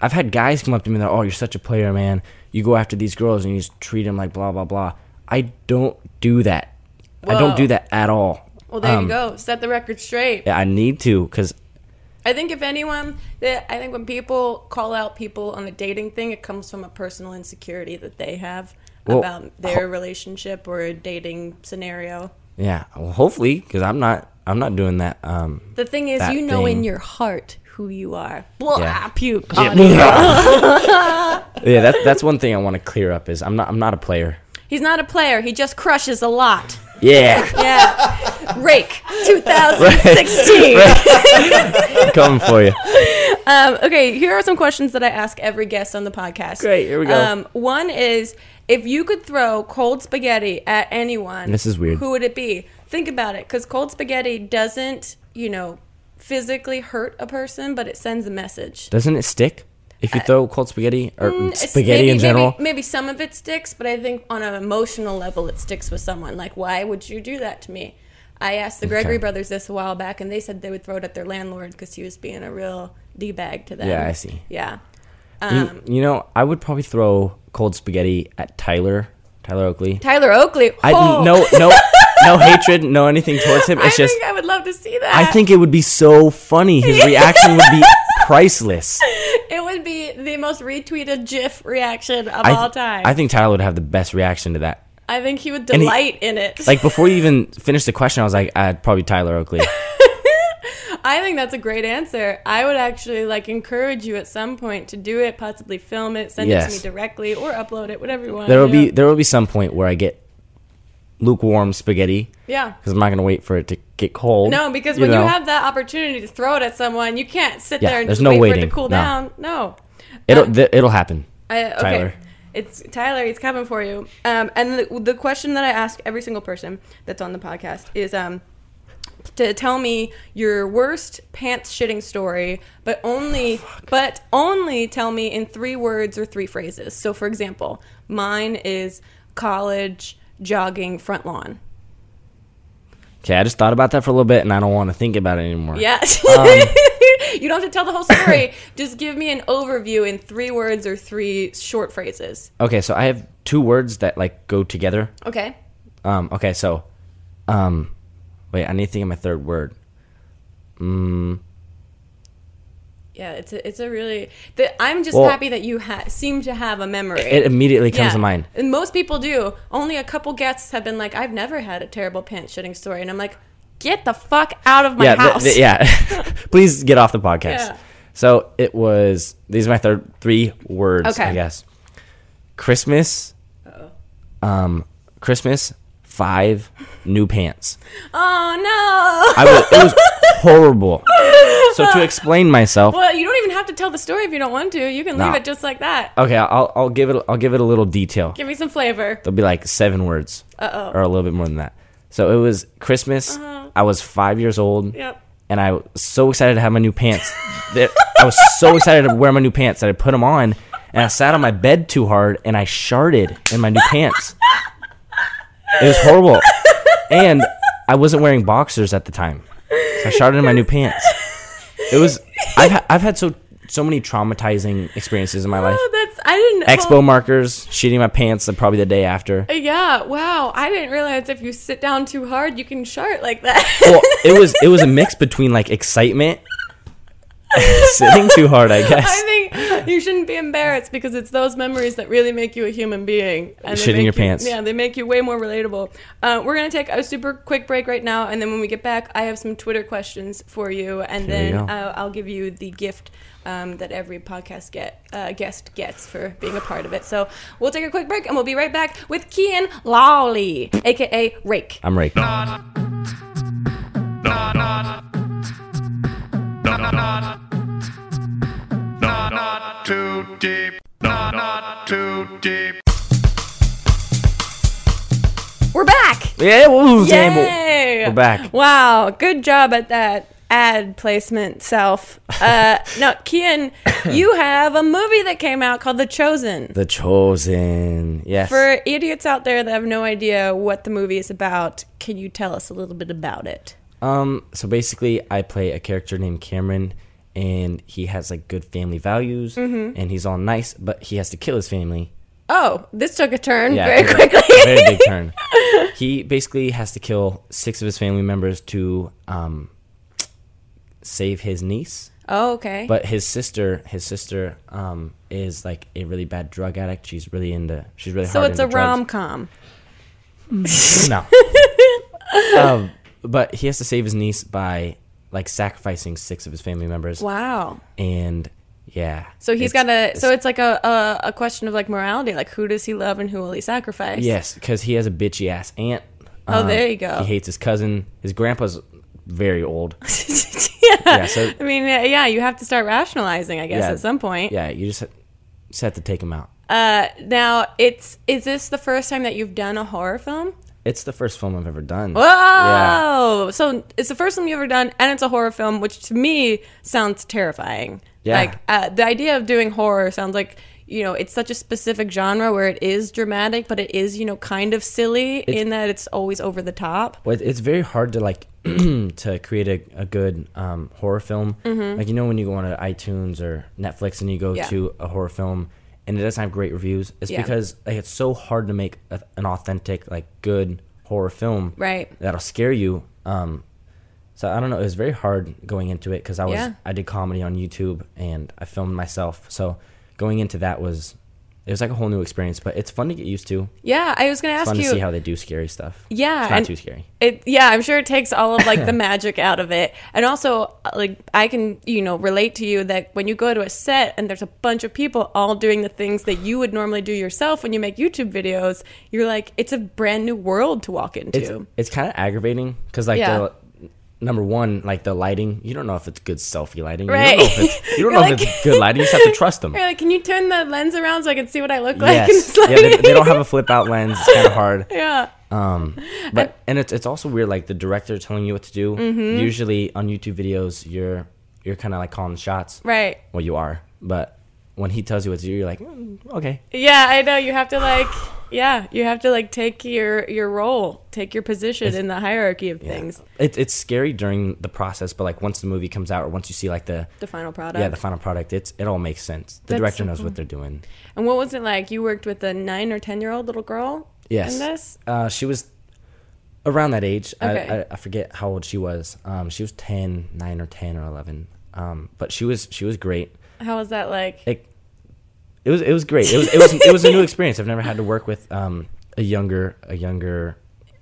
i've had guys come up to me and they're oh you're such a player man you go after these girls and you just treat them like blah blah blah i don't do that i
Whoa.
don't do that at all
Well, there
Um,
you go. Set the record straight.
yeah, i need to because
I think if anyone that I think when people call out people on a dating thing, it comes from a personal insecurity that they have.
Well,
about their relationship or dating scenario.
Yeah, well, hopefully, because I'm not I'm not doing that.
(laughs)
Um,
The thing is,
That
you know in
thing.
your heart who you are. Blah,
Yeah.
puke. Connie.
yeah, that's that's one thing I want to clear up is I'm not I'm not a player.
He's not a player. He just crushes a lot.
Yeah, (laughs)
Yeah. Rake 2016.
coming for you.
Um, okay, here are some questions that I ask every guest on the podcast.
Great, here we go.
Um, one is if you could throw cold spaghetti at anyone,
This is weird.
Who would it be? Think about it, because cold spaghetti doesn't, you know, physically hurt a person, but it sends a message.
Doesn't it stick if you throw cold spaghetti or
Uh, mm, It's-
spaghetti
maybe-
in general?
Maybe, maybe some of it sticks, but I think on an emotional level, it sticks with someone. Like, why would you do that to me? I asked the Gregory
Okay.
brothers this a while back, and they said they would throw it at their landlord because he was being a real d bag to them.
Yeah, I see.
Yeah. um,
You- you know, I would probably throw cold spaghetti at Tyler, Tyler Oakley.
Tyler Oakley.
I
oh,
no no
(laughs)
no hatred, no anything towards him.
I
It's just
think I would love to see that.
I think it would be so funny. His reaction would
(laughs)
be priceless.
it would be the most retweeted GIF reaction of
I,
all time.
I think Tyler would have the best reaction to that.
I think he would
he-
delight in it.
(laughs) Like before you even finished the question, I was like, I'd probably Tyler
(laughs)
Oakley.
I think that's a great answer. I would actually like encourage you at some point to do it, possibly film it, send it
Yes.
to me directly, or upload it, whatever you want.
There will
to
be
do.
there will be some point where I get lukewarm spaghetti (laughs)
yeah.
because I'm not gonna wait for it to get cold.
No, because when
know?
you have that opportunity to throw it at someone, you can't sit
Yeah,
there and
there's
just
no
wait for it
waiting.
to cool
No.
down. No.
it'll
um,
th- it'll happen.
I, okay.
Tyler.
It's Tyler. He's coming for you. Um, and the, the question that I ask every single person that's on the podcast is um, to tell me your worst pants shitting story, but only but only tell me in three words or three phrases. So, for example, mine is college jogging front lawn.
Okay, I just thought about that for a little bit, and I don't want to think about it anymore.
Yeah. (laughs) you don't have to tell the whole story. Just give me an overview in three words or three short phrases.
Okay, so I have two words that like go together.
Okay.
Um, okay, so, um, wait, I need to think of my third word.
Yeah, it's a, it's a really. The, I'm just
Well-
happy that you ha- seem to have a memory.
It immediately
Yeah.
comes to mind.
And most people do. Only a couple guests have been like, "I've never had a terrible pants shitting story," and I'm like, "Get the fuck out of my
yeah, th-
house!"
th- yeah. (laughs) Please get off the podcast.
Yeah.
So it was. These are my third three words.
Okay.
I guess. Christmas. Um, Christmas. Five new pants.
(laughs) Oh no!
I was, it was (laughs) horrible. So to explain myself,
(laughs) well, you don't even have to tell the story if you don't want to. You can
Nah.
leave it just like that.
okay, I'll I'll give it I'll give it a little detail.
Give me some flavor.
There'll be like seven words.
Uh-oh.
Or a little bit more than that. So it was Christmas. I was five years old.
Yep.
And I was so excited to have my new pants. There- I was so excited to wear my new pants that I put them on and I sat on my bed too hard and I sharded in my new pants. It was horrible. And I wasn't wearing boxers at the time. So I sharded in my new pants. It was, I've, ha- I've had so, so many traumatizing experiences in my life.
Oh, that's I didn't.
Expo
well,
markers, shitting my pants the- probably the day after.
yeah. Wow. I didn't realize if you sit down too hard, you can shart like that.
well, it was it was a
(laughs)
mix between like excitement, (laughs) sitting too hard, (laughs) I guess.
I think you shouldn't be embarrassed because it's those memories that really make you a human being. And they
Shitting
make
your
you-
pants.
Yeah, they make you way more relatable. Uh, we're going to take a super quick break right now. And then when we get back, I have some Twitter questions for you. And
Here we
then uh,
go.
I'll, I'll give you the gift um, that every podcast get, uh, guest gets for being a part of it. So we'll take a quick break and we'll be right back with Kian Lawley, a.k.a. Rake.
I'm raked.
not too deep, not, not too deep.
We're back!
Yeah, woo,
Yay!
We're back.
Wow, good job at that ad placement, self.
(laughs)
Uh, no, Kian, you have a movie that came out called The Chosen.
The chosen. Yes.
For idiots out there that have no idea what the movie is about, can you tell us a little bit about it?
um. So basically, I play a character named Cameron, and he has like good family values,
Mm-hmm.
and he's all nice, but he has to kill his family.
Oh, this took a turn
Yeah,
very
it was a
quickly.
(laughs)
(laughs)
very big turn. He basically has to kill six of his family members to um save his niece.
Oh, okay.
But his sister, his sister, um, is like a really bad drug addict. She's really into. She's really
so
hard
it's
into
a rom
drugs.
com.
(laughs) No.
(laughs)
um, but he has to save his niece by like sacrificing six of his family members.
Wow.
And yeah.
So he's
he's
got a. So it's like a, a a question of like morality. Like who does he love and who will he sacrifice?
Yes, because he has a bitchy ass aunt. Um,
Oh, there you go.
He hates his cousin. His grandpa's very
(laughs)
old.
(laughs) yeah.
Yeah, so-
I mean, uh, yeah, you have to start rationalizing, I guess,
Yeah.
at some point.
yeah, you just, just have to take him out.
Uh, now, it's is this the first time that you've done a horror film?
It's the first film I've ever done.
Whoa!
Yeah.
So it's the first film you've ever done, and it's a horror film, which to me sounds terrifying.
Yeah.
Like uh, the idea of doing horror sounds like you know it's such a specific genre where it is dramatic, but it is you know kind of silly in that it's always over the top.
Well, it- it's very hard to like (clears throat) to create a, a good um, horror film. Like you know when you go on iTunes or Netflix and you go
Mm-hmm. Yeah.
to a horror film and it doesn't have great reviews, it's
Yeah.
because like it's so hard to make a, an authentic like good horror film
Right.
that'll scare you. Um, so I don't know. It was very hard going into it because I was
Yeah.
I did comedy on YouTube and I filmed myself. So going into that was it was like a whole new experience, but it's fun to get used to.
Yeah, I was going to
It's
ask
fun
you.
to see how they do scary stuff.
Yeah,
it's not
and-
too scary.
It, yeah, I'm sure it takes all of
(laughs)
like the magic out of it. And also, like, I can, you know, relate to you that when you go to a set and there's a bunch of people all doing the things that you would normally do yourself when you make YouTube videos, you're like, it's a brand new world to walk into.
it's, it's kind of aggravating because like
Yeah.
the number one like the lighting you don't know if it's good selfie lighting you
Right.
don't know if it's, you
You're (laughs)
don't know
like-
if it's good lighting you just have to trust them
you're (laughs) like, can you turn the lens around so I can see what I look like? in
yes
(laughs) this
yeah they,
lighting?"
they don't have a flip out lens it's kind of hard
yeah.
but and it's it's also weird like the director telling you what to do
Mm-hmm.
usually on youtube videos you're you're kind of like calling the shots
Right.
well you are but when he tells you what to do you're like "Mm, okay
Yeah, I know. You have to like, yeah, you have to like take your your role, take your position in the hierarchy of things.
it, it's scary during the process but like once the movie comes out or once you see like the
The final product.
yeah the final product it's it all makes sense the
That's
director
so
knows what they're doing
And what was it like? You worked with a nine or ten year old little girl.
Yes.
In this.
Uh, she was around that age. I,
Okay.
I, I forget how old she was. Um, she was 10, 9 or 10 or 11. Um, but she was she was great.
How was that like?
It, it was it was great. It was it was it was a
(laughs)
new experience. I've never had to work with um, a younger a younger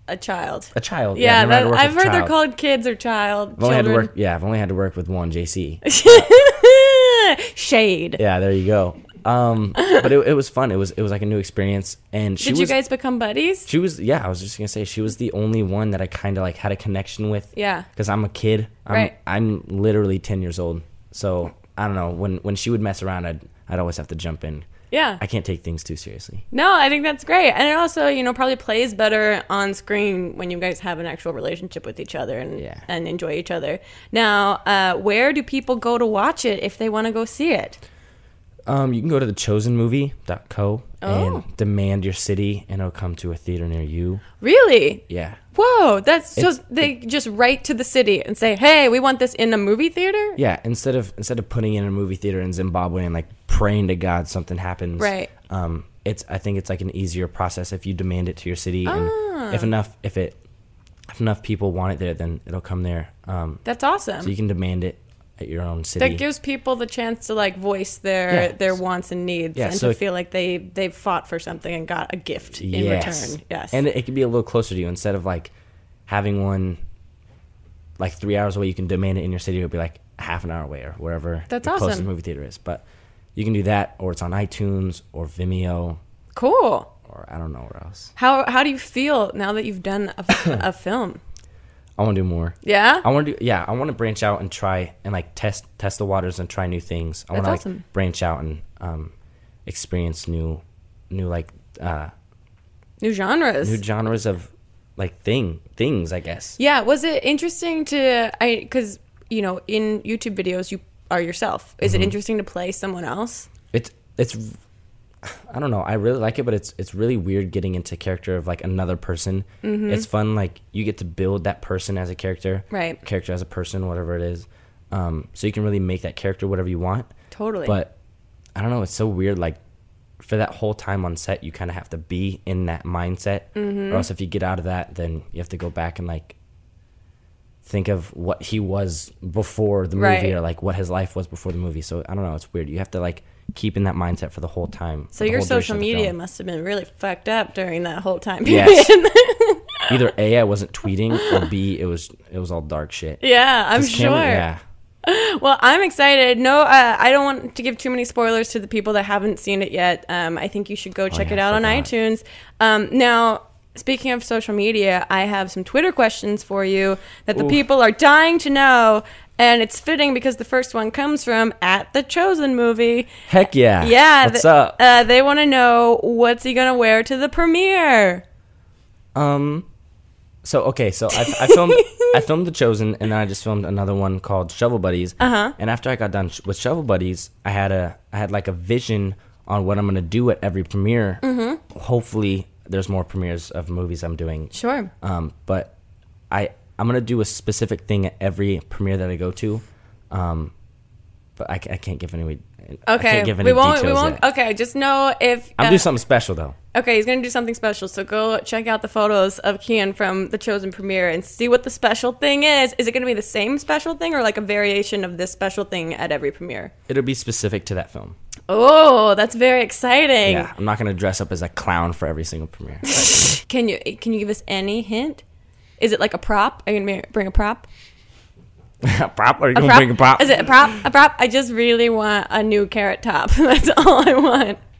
a child.
a child.
yeah,
I've never had
that,
to work
I've
with a
heard they're
child.
called kids or child.
I've only had to
children.
work. Yeah, I've only had to work with one
(laughs)
JC.
Shade.
yeah, there you go. Um, but it, it was fun. It was it was like a new experience. And she
Did you
was
guys become buddies?
She was, yeah. I was just gonna say she was the only one that I kind of like had a connection with.
Yeah.
because I'm a kid. I'm,
Right.
I'm literally ten years old, so I don't know. When when she would mess around, I'd I'd always have to jump in.
Yeah.
I can't take things too seriously.
No, I think that's great. And it also, you know, probably plays better on screen when you guys have an actual relationship with each other and
Yeah.
and enjoy each other. Now, uh, where do people go to watch it if they want to go see it?
Um, you can go to thechosenmovie.co
Oh.
and demand your city, and it'll come to a theater near you.
Really?
Yeah,
Whoa, that's so
It's-
they just write to the city and say, "Hey, we want this in a movie theater."
yeah. Instead of instead of putting it in a movie theater in Zimbabwe and like praying to God something happens,
Right.
Um, it's I think it's like an easier process if you demand it to your city,
Ah.
and if enough if it if enough people want it there, then it'll come there. Um,
That's awesome.
so you can demand it at your own city.
that gives people the chance to like voice their
Yeah.
their wants and needs
Yeah,
and
so
to
it-
feel like they they've fought for something and got a gift in return. Yes.
and it, it can be a little closer to you instead of like having one like three hours away. You can demand it in your city. It'll be like half an hour away or wherever
That's
the closest
awesome.
movie theater is. But you can do that, or it's on iTunes or Vimeo,
cool.
or I don't know where else.
How how do you feel now that you've done
(coughs)
a, a film?
I want to do more.
Yeah?
I want to do. Yeah, I want to branch out and try and like test test the waters and try new things. I want to
That's
like
awesome.
branch out and um, experience new new like uh,
New genres.
new genres of like thing things. I guess.
Yeah, was it interesting to I cuz you know, in YouTube videos you are yourself. Is
Mm-hmm.
it interesting to play someone else?
It's it's. I don't know. I really like it, but it's it's really weird getting into character of like another person.
Mm-hmm.
It's fun. Like you get to build that person as a character,
Right.
Character as a person, whatever it is. Um, so you can really make that character whatever you want.
Totally.
But I don't know. It's so weird. Like for that whole time on set, you kind of have to be
Mm-hmm.
in that mindset, or else if you get out of that, then you have to go back and like think of what he was before the movie
Right.
or like what his life was before the movie. So I don't know. It's weird. You have to like keep in that mindset for the whole time.
So
the
your
whole duration
social
of the
media
film.
must have been really fucked up during that whole time period. (laughs)
Yes. Either a I wasn't tweeting or b it was it was all dark
(laughs)
shit.
yeah, I'm
His
sure.
camera- yeah.
Well, I'm excited. No, uh, I don't want to give too many spoilers to the people that haven't seen it yet. Um, I think you should go check
Oh, yeah,
it out on
forgot.
iTunes. Um, now, speaking of social media, I have some Twitter questions for you that the people are dying to know. And it's fitting because the first one comes from at the chosen movie.
Heck yeah.
Yeah,
What's
th-
up?
Uh, they want to know what's he gonna wear to the premiere.
Um, So okay, so I, I filmed I filmed the Chosen, and then I just filmed another one called Shovel Buddies. Uh-huh. And after I got done sh- with Shovel Buddies, I had a I had like a vision on what I'm gonna do at every premiere. Mm-hmm. Hopefully, there's more premieres of movies I'm doing.
Sure.
Um, but I I'm gonna do a specific thing at every premiere that I go to. Um, but I, ca- I can't give any okay. I
Okay.
can't give any
we won't. We
details
won't.
yet.
Okay. Just know if
I'm
uh,
doing something special though.
Okay, he's gonna do something special. So go check out the photos of Kian from the Chosen premiere and see what the special thing is. Is it gonna be the same special thing or like a variation of this special thing at every premiere?
It'll be specific to that film.
Oh, that's very exciting.
Yeah, I'm not gonna dress up as a clown for every single
(laughs)
premiere.
Can you can you give us any hint? Is it like a prop? Are you gonna bring a prop?
A prop? Are you gonna
prop?
bring a prop?
Is it a prop? A prop? I just really want a new carrot top. (laughs) That's all I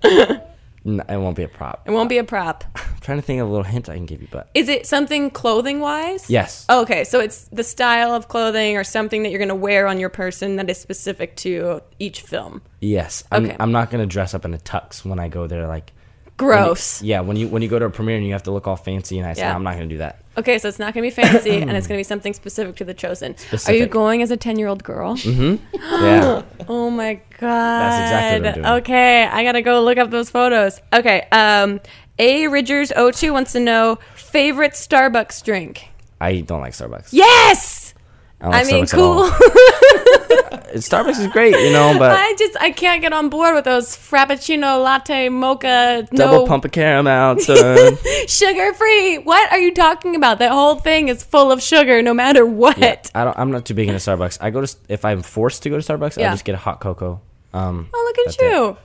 want. (laughs)
No, it won't be a prop.
It won't be a prop.
I'm trying to think of a little hint I can give you, but
Is it something clothing wise?
yes.
Okay, so it's the style of clothing or something that you're going to wear on your person that is specific to each film.
Yes. I'm,
Okay.
I'm not gonna dress up in a tux when I go there. Like when you-
Gross.
yeah, when you when you go to a premiere and you have to look all fancy and I say
Yeah.
I'm not gonna do
(gasps)
that.
Okay, so it's not going to be fancy and
(clears throat)
it's going to be something specific to the chosen. Are you
Specific. Mm-hmm.
going as a 10 year old girl?
Yeah.
Oh my God.
exactly what I'm doing.
Okay, I got to go look up those photos. Okay, um, A. Ridgers02 wants to know favorite Starbucks drink.
I don't like Starbucks.
Yes!
don't
I
like
mean,
Starbucks at all.
cool. (laughs)
Starbucks is great, you know, but
I just I can't get on board with those frappuccino latte mocha
double
no
pump of
(laughs)
caramel. son.
sugar free. What are you talking about? That whole thing is full of sugar, no matter what.
Yeah, I don't. I'm not too big into Starbucks. I go to if I'm forced to go to Starbucks,
Yeah.
I'll just get a hot cocoa. Um,
Oh, look at
That's
you!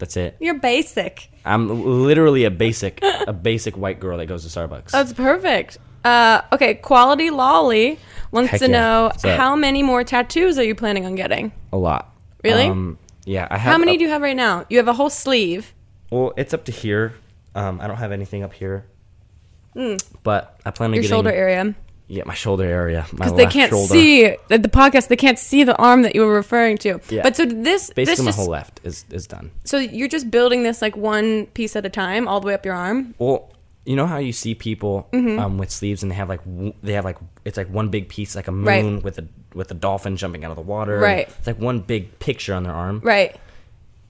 that's it.
You're basic.
I'm literally a basic, a basic white girl that goes to Starbucks.
That's perfect. Uh, okay, quality lolly wants
Heck
to
yeah.
know
What's up?
how many more tattoos are you planning on getting?
a lot. Um,
Really?
yeah, I have.
How many
a-
do you have right now? You have a whole sleeve.
Well, it's up to here. Um, I don't have anything up here. But I plan on
Hmm. Your
getting
shoulder area.
Yeah, my shoulder area. My
They
left
can't
shoulder.
see the, the podcast. They can't see the arm that you were referring to.
Yeah.
But so this, this
Basically, my
just
whole left is is done.
So you're just building this like one piece at a time, all the way up your arm.
Well, you know how you see people
Mm-hmm.
um, with sleeves and they have like w- they have like it's like one big piece, like a moon
Right.
with a with a dolphin jumping out of the water.
Right.
It's like one big picture on their arm.
Right.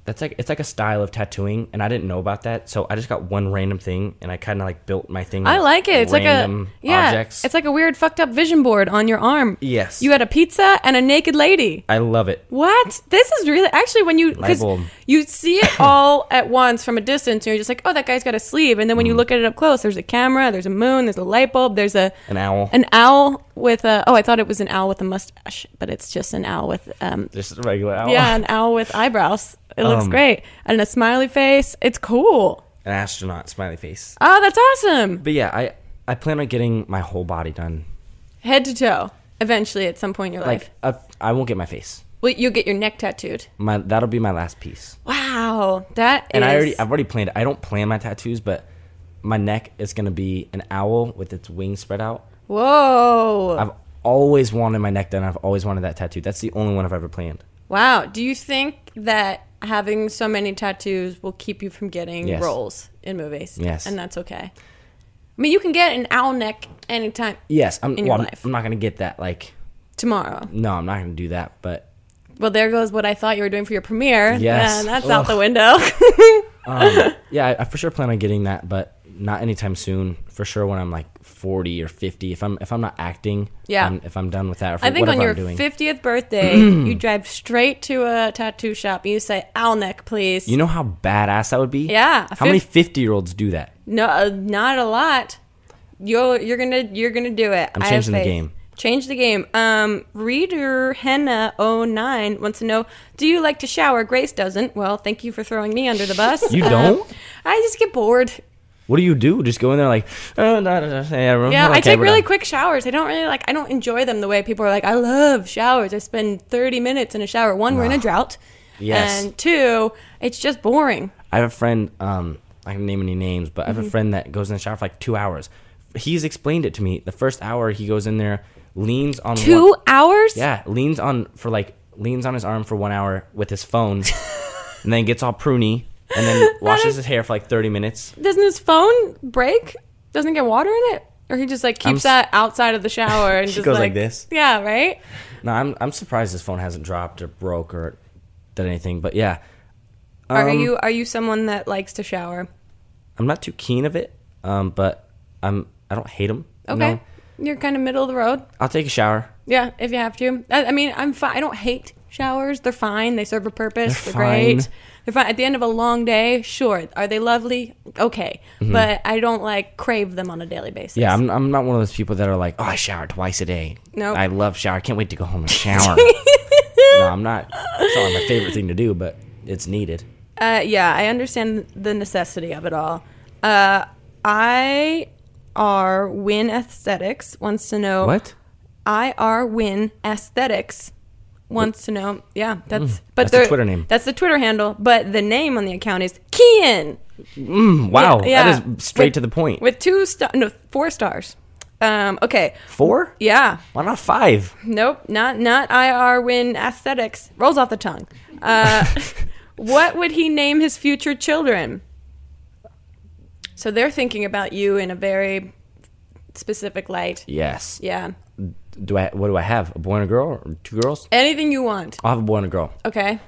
That's like it's like a style of tattooing, and I didn't know about that, so I just got one random thing, and I kind of like built my thing.
I
with
like it. It's like a
random
yeah.
Objects.
It's like a weird fucked up vision board on your arm.
Yes.
You had a pizza and a naked lady.
I love it.
What? This is really actually when you
Light
because
bulb.
you
(laughs)
see it all at once from a distance, and you're just like, oh, that guy's got a sleeve. And then when
Mm-hmm.
you look at it up close, there's a camera, there's a moon, there's a light bulb, there's a
An owl.
an owl with a oh, I thought it was an owl with a mustache, but it's just an owl with um
Just a regular owl.
yeah, an owl with eyebrows. It
Oh.
looks
Um,
great. And a smiley face. It's cool.
(laughs) an astronaut smiley face.
Oh, that's awesome.
But yeah, I I plan on getting my whole body done.
Head to toe. Eventually, at some point in your life,
Like I, I won't get my face.
well, you get your neck tattooed.
My that'll be my last piece.
Wow, that
And I
is-
already I've already planned. it. I don't plan my tattoos, but my neck is gonna be an owl with its wings spread out.
whoa,
I've always wanted my neck done. I've always wanted that tattoo. That's the only one I've ever planned.
wow. Do you think that having so many tattoos will keep you from getting
Yes.
roles in movies?
Yes.
and that's okay. I mean, you can get an owl neck anytime
Yes, I'm.
In
well,
your
I'm-
life.
I'm not gonna get that. Like,
tomorrow.
no, I'm not gonna do that.
(laughs)
But
Well, there goes what I thought you were doing for your premiere.
Yes.
and that's out
Ugh.
the window. (laughs)
um, yeah, I, I for sure plan on getting that, but not anytime soon. For sure, when I'm like 40 or 50, if I'm if I'm not acting,
Yeah.
I'm- if I'm done with that, or
I think on
whatever
your
I'm doing, (clears throat)
50th birthday, you drive straight to a tattoo shop and you say, owl neck, please.
you know how badass that would be.
Yeah,
How many
fif-
50 year olds do that?
no, uh, not a lot. You're, you're going to you're gonna do it.
I'm
I have
changing the
faith.
game.
Change the game. Um, reader Henna09 wants to know Do you like to shower? Grace doesn't. Well, thank you for throwing me under the bus.
You
Uh,
don't?
I just get bored.
What do you do? Just go in there like, oh, no, no, no, yeah,
Yeah,
okay,
I take
we're
really
done."
quick showers. I don't really like, I don't enjoy them the way people are like, I love showers. I spend 30 minutes in a shower. One, we're in a drought.
Yes.
And two, it's just boring.
I have a friend. Um, I can name any names, but I
Mm-hmm.
have a friend that goes in the shower for like two hours. He's explained it to me. The first hour, he goes in there, leans on
Two
One,
hours?
yeah, leans on for like leans on his arm for one hour with his
(laughs)
phone, and then gets all pruny, and then washes his hair for like thirty minutes.
Doesn't his phone break? Doesn't get water in it? Or he just like keeps
I'm s-
that outside of the
(laughs)
shower and
He
just
goes like this.
Yeah, right?
No, I'm I'm surprised his phone hasn't dropped or broke or done anything. But yeah,
are
Um,
you are you someone that likes to shower?
I'm not too keen of it. Um, but I'm I don't hate him. you
Okay.
know?
You're kind of middle of the road.
I'll take a shower.
Yeah, if you have to. I, I mean, I'm fine. I don't hate showers. They're fine. They serve a purpose. They're,
They're
great.
fine.
They're fine. At the end of a long day, sure. Are they lovely? Okay. But I don't like crave them on a daily basis.
Mm-hmm. Yeah, I'm, I'm not one of those people that are like, oh, I shower twice a day.
Nope.
I love shower. I can't wait to go home
(laughs)
and shower. no, I'm not. It's not my favorite thing to do, but it's needed.
Uh, yeah, I understand the necessity of it all. Uh, I R Win Aesthetics wants to know
What?
I R Win Aesthetics wants to know. Yeah, that's but
Mm. That's the
they're-
Twitter name.
That's the Twitter handle, but the name on the account is Kian
Wow,
yeah.
that is straight
With-
to the point.
with two star no four stars. Um, okay,
Four?
yeah,
Why not five?
nope, not not IR Win Aesthetics rolls off the tongue.
(laughs)
Uh, what would he name his future children? So they're thinking about you in a very specific light.
Yes.
Yeah,
Do I? What do I have? A boy and a girl? Or two girls?
anything you want.
I'll have a boy and a girl.
Okay,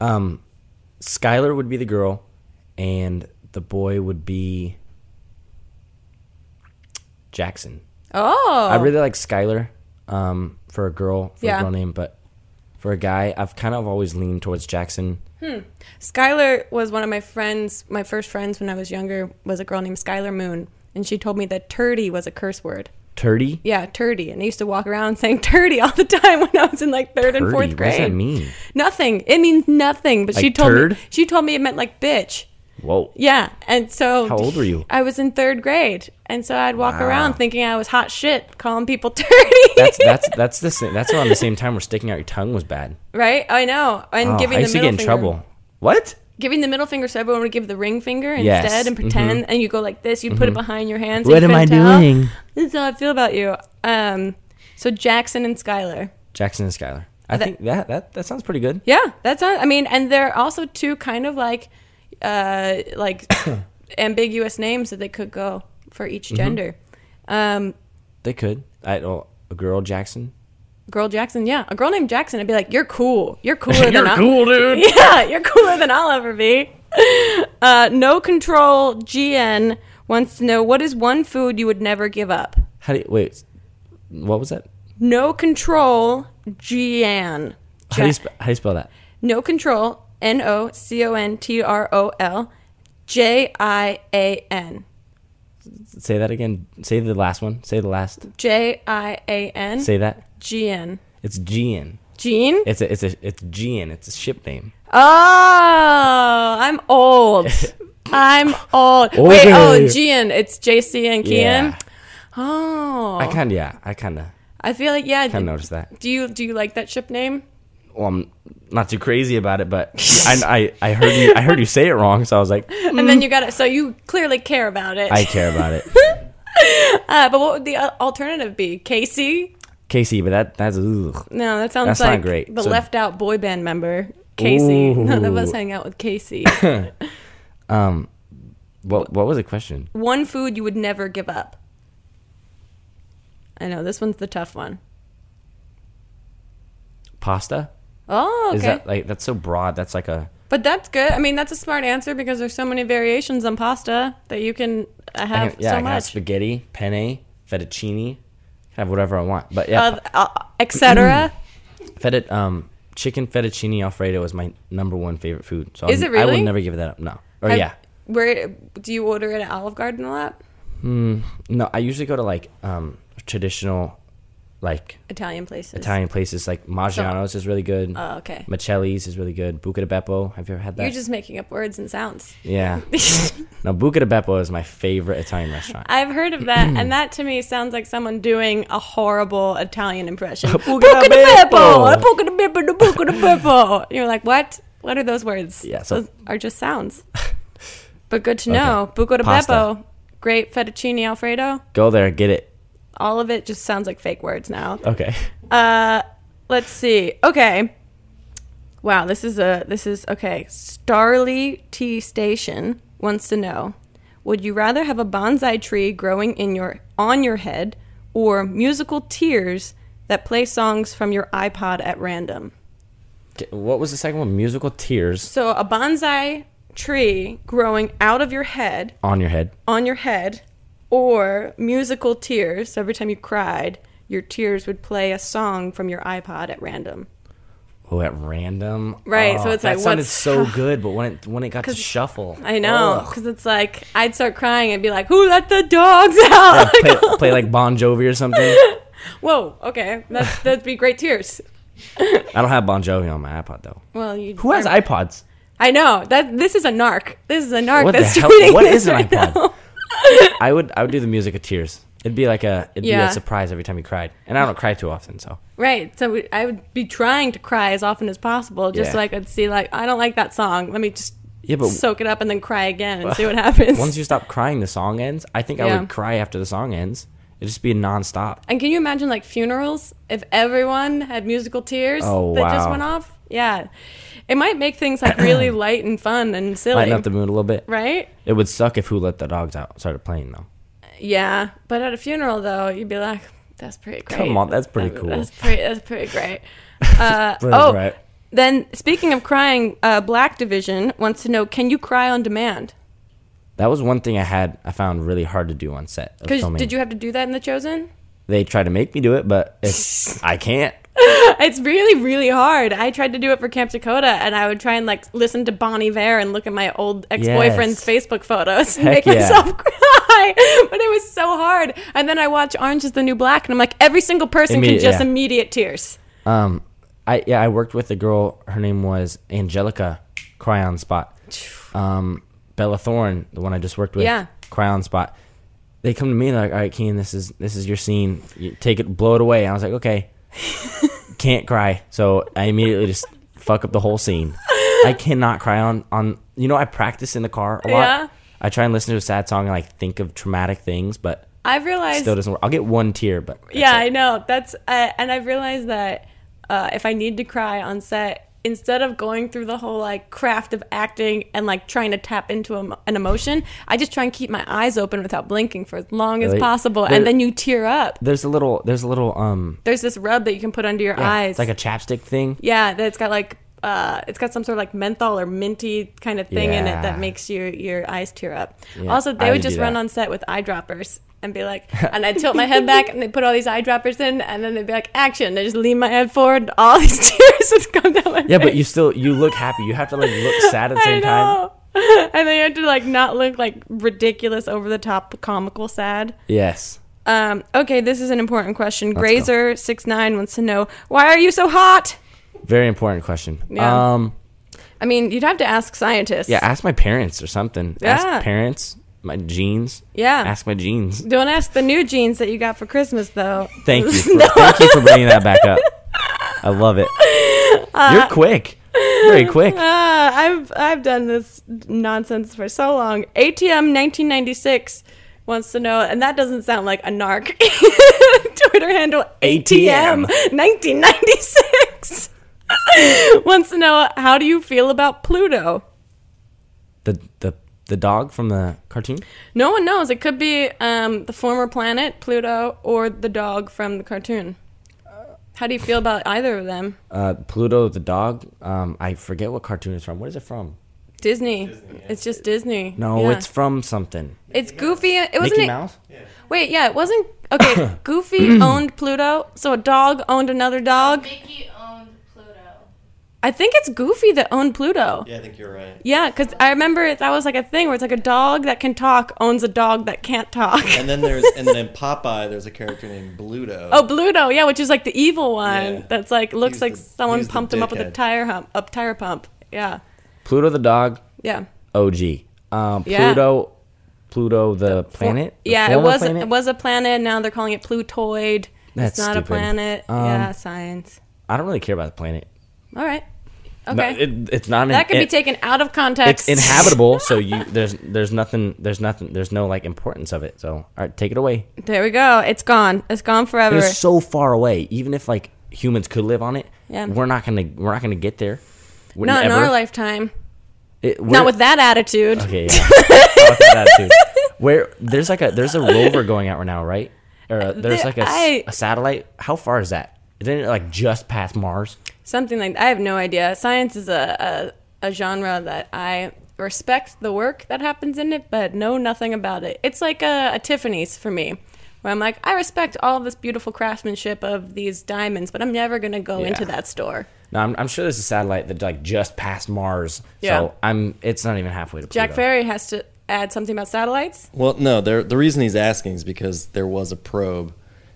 Um, Skylar would be the girl, and the boy would be Jackson.
Oh,
I really like Skylar um, for a girl, for
Yeah.
a girl name, but for a guy, I've kind of always leaned towards Jackson.
Skylar was one of my friends, my first friends when I was younger, was a girl named Skylar Moon. And she told me that turdy was a curse word.
Turdy?
Yeah, turdy. And I used to walk around (laughs) saying turdy all the time when I was in like third and
Turdy?
fourth
What
grade.
does that mean?
Nothing. It means nothing. But she
Like
told me
turd?
she told me it meant like bitch. (laughs)
Whoa.
Yeah. And so
How old were you?
I was in third grade. And so I'd walk
Wow.
around thinking I was hot shit, calling people (laughs) turdy.
That's that's that's the same, that's around the same time where sticking out your tongue was bad.
(laughs) right? I know. And
Oh, I
giving the
used to
middle
get in
finger.
trouble. What?
Giving the middle finger so everyone would give the ring finger
Yes. Mm-hmm.
instead and pretend and you go like this, you put it behind your hands. so
What
you
am I
couldn't tell.
doing?
This is how I feel about you. Um so Jackson and Skylar.
Jackson and Skylar. I
That-
think that that that sounds pretty good.
Yeah, that's not, I mean, and they're also two kind of like, uh,
(coughs)
like ambiguous names that they could go for
Mm-hmm.
each gender. Um,
They could. I oh, a girl Jackson.
girl Jackson, yeah, a girl named Jackson. I'd be like, you're cool.
(laughs)
You're cooler than
You're
I'll-
cool, dude.
(laughs) Yeah, you're cooler than I'll ever be. (laughs) Uh, no control. GN wants to know what is one food you would never give up.
How do you, wait? What was that?
No control. GN.
How do you sp- how do you spell that?
No control. N O C O N T R O L J I A N.
Say that again. Say the last one. Say the last.
J I A N.
Say that.
G N.
It's Gian.
Gene?
It's a it's a it's Gian. It's a ship name.
Oh, I'm old.
(laughs)
I'm old. Wait,
Okay.
oh, Gian. It's JC and Kian.
Yeah.
Oh.
I kind of yeah. I kind of
I feel like yeah.
kind of noticed that.
Do you do you like that ship name?
Well, I'm not too crazy about it,
(laughs)
but I, I I heard you I heard you say it wrong, so I was like,
And then you got it. So you clearly care about it.
Mm. I care about
(laughs)
it,
uh, but what would the al- alternative be? Casey?
Casey. But that that's ugh.
No, that sounds
That's not
like
great.
the
So-
left out boy band member. Casey. (laughs) None of us
Ooh.
hang out
(laughs)
with Casey.
what what was the question?
one food you would never give up. I know this one's the tough one.
Pasta?
Oh,
Is
okay.
that like that's so broad? That's like a
but that's good. I mean, that's a smart answer because there's so many variations on pasta that you can uh,
I
have
can- yeah.
so
I can have
much.
spaghetti, penne, fettuccine. I can have whatever I want. But yeah,
Uh, uh, Etc.
fettu- um chicken fettuccine alfredo is my number one favorite food. So
Is
I,
it
I
really?
will never give that up. No. Or yeah.
(clears throat) Where do you order it at Olive Garden a lot?
No, I usually go to like um traditional like
Italian places.
Italian places. Like Maggiano's is really good.
Oh, okay.
Michelli's is really good. Buca di Beppo. Have you ever had that?
You're just making up words and
(laughs)
sounds. (laughs)
yeah. no, Buca di Beppo is my favorite Italian
(laughs)
restaurant.
I've heard of that,
(clears throat)
and that to me sounds like someone doing a horrible Italian impression.
Buca
Buca di
di
Beppo,
Beppo.
Buca di Beppo, the Buca di Beppo. (laughs) You're like, what? What are those words?
Yeah, so-
those are just
(laughs)
sounds. But good to know. Buco Buca di
Pasta.
Beppo, great fettuccine alfredo.
Go there, get it.
All of it just sounds like fake words now.
Okay. (laughs)
Uh, let's see. Okay. Wow, this is a this is okay. Starly Tea Station wants to know: Would you rather have a bonsai tree growing in your on your head, or musical tears that play songs from your iPod at random?
K- What was the second one? Musical tears
So a bonsai tree growing out of your head
on your head.
on your head, or musical tears. So every time you cried, your tears would play a song from your iPod at random.
Oh, at random.
Right, so
Oh,
it's
that
like,
sounded
what's- (laughs)
so good, but when it when it got to shuffle,
I know,
Ugh.
because it's like I'd start crying and be like, "Who let the dogs out?" (laughs)
play, play like Bon Jovi or something.
Whoa, okay, that's, that'd be great tears.
I don't have Bon Jovi on my iPod though.
Well, you
Who has iPods?
I know that this is a narc. This is a narc.
What the
that's
hell?
tweeting
What
this
is an
right
iPod?
now. (laughs)
I would I would do the music of tears. It'd be like a it'd
Yeah.
be a surprise every time you cried, and I don't cry too often, so
Right. So we, I would be trying to cry as often as possible, just
Yeah.
so I could see like I don't like that song. Let me just
yeah. But
(laughs) soak it up and then cry
(laughs)
again and see what happens.
once you stop crying, the song ends. I think I
Yeah.
would cry after the song ends. It'd just be nonstop.
and can you imagine like funerals if everyone had musical tears
Oh,
that just
wow.
went off? Yeah. It might make things like
(clears throat)
really light and fun and silly.
Lighten up the mood a little bit.
right?
It would suck if Who Let the Dogs Out started playing though.
Yeah, but at a funeral though, you'd be like, "That's pretty great."
Come on, that's pretty cool.
That's pretty. That's pretty
(laughs)
great. Uh,
Pretty
oh,
great.
then speaking of crying, uh, Black Division wants to know: Can you cry on demand?
That was one thing I had I found really hard to do on set. of
Because
filming.
did you have to do that in The Chosen? (laughs)
They tried to make me do it, but it's, I can't.
It's really, really hard. I tried to do it for Camp Dakota, and I would try and like listen to Bonnie Vare and look at my old ex-boyfriend's Facebook photos and
Heck
make
yeah.
myself (laughs) cry. but it was so hard. And then I watch Orange Is the New Black, and I'm like, every single person
Immediate-
can just
yeah.
immediate tears.
Um, I yeah, I worked with a girl. Her name was Angelica Cryon Spot. Um, Bella Thorne, the one I just worked with.
Yeah.
Cryon Spot. They come to me and they're like, "All right, Keen, this is this is your scene. You take it, blow it away." I was like,
(laughs)
"Okay." Can't cry, so I immediately just fuck up the whole scene. I cannot cry on on. You know, I practice in the car a lot.
Yeah.
I try and listen to a sad song and like think of traumatic things, but
I've realized
still doesn't work. I'll get one tear, but that's
yeah,
it.
I know. That's uh, and I've realized that uh, if I need to cry on set, instead of going through the whole like craft of acting and like trying to tap into em- an emotion, I just try and keep my eyes open without blinking for as long as
Like,
possible,
there-
and then you tear up.
there's a little there's a little um
There's this rub that you can put under your
yeah,
eyes,
it's like a chapstick thing.
yeah, that's got like. Uh, it's got some sort of like menthol or minty kind of thing in it
Yeah.
that makes your, your eyes tear up.
Yeah,
also, they
I
would
do
just
that.
run on set with eyedroppers and be
(laughs)
like, and I'd tilt my head back and they put all these eyedroppers in, and then they'd be like, action. They just lean my head forward, and all these (laughs) tears would come down my face.
Yeah, but you still you look happy. You have to like look sad at the
(laughs) I
same time.
know. (laughs) And they had to like not look like ridiculous, over the top, comical sad.
Yes.
Um, okay, this is an important question.
go.
Grazer69 wants to know why are you so hot?
Very important question.
Yeah.
Um
I mean, you'd have to ask scientists.
yeah, ask my parents or something.
Yeah.
Ask parents, my jeans.
Yeah.
Ask my
(laughs)
jeans.
Don't ask the new jeans that you got for Christmas, though.
Thank you. For, Thank you for bringing that back up. I love it.
Uh,
You're quick.
(laughs)
Very quick.
Ah, I've I've done this nonsense for so long. ATM 1996 wants to know, and that doesn't sound like a narc. (laughs) Twitter handle ATM
ATM.
1996 (laughs) wants to know how do you feel about Pluto?
The the the dog from the cartoon?
No one knows. It could be um, the former planet Pluto or the dog from the cartoon. How do you feel about either of them?
Uh Pluto the dog. Um I forget what cartoon it's from. What is it from?
Disney. It's just Disney.
No,
Yeah.
it's from something.
It's Goofy. It wasn't
Mickey
it-
Mouse?
Wait, yeah, it wasn't.
(coughs)
Okay,
(clears throat)
Goofy owned Pluto, so a dog owned another dog.
Mickey owned Pluto.
I think it's Goofy that owned Pluto.
Yeah, I think you're right.
Yeah, because I remember that was like a thing where it's like a dog that can talk owns a dog that can't talk.
And then there's and then in Popeye there's a character named Bluto.
(laughs) Oh, Bluto, yeah, which is like the evil one
Yeah.
that's like looks
He's
like
the-
someone
he's the
pumped him up with a
dickhead.
tire hump, up tire pump. Yeah,
Pluto the dog,
yeah.
OG. Um,
Yeah.
Pluto, Pluto the planet. The
yeah, it
former
was
planet?
it was a planet. and Now they're calling it Plutoid.
That's
it's not a
stupid.
planet.
Um,
yeah, science.
I don't really care about the planet.
All right. Okay.
No, it, it's not.
that could
an,
be
it-
taken out of context.
It's
(laughs)
inhabitable, so you there's there's nothing there's nothing there's no like importance of it. So all right, take it away.
there we go. It's gone. It's gone forever.
It is so far away. Even if like humans could live on it,
Yeah.
we're not gonna we're not gonna get there. We're
not in
never-
our lifetime.
It- we're-
Not with that attitude.
Okay, yeah. Not with that attitude. Where there's like a there's a rover going out right now, right? Or uh, there's
There-
like a, s-
I-
a satellite. How far is that? Isn't it like just past Mars?
something like I have no idea. Science is a, a, a genre that I respect the work that happens in it, but know nothing about it. It's like a, a Tiffany's for me, where I'm like, I respect all this beautiful craftsmanship of these diamonds, but I'm never going to go
Yeah.
into that store.
No, I'm, I'm sure there's a satellite that like just past Mars.
Yeah.
So I'm it's not even halfway to Pluto.
Jack Ferry has to add something about satellites.
Well, no, there, the reason he's asking is because there was a probe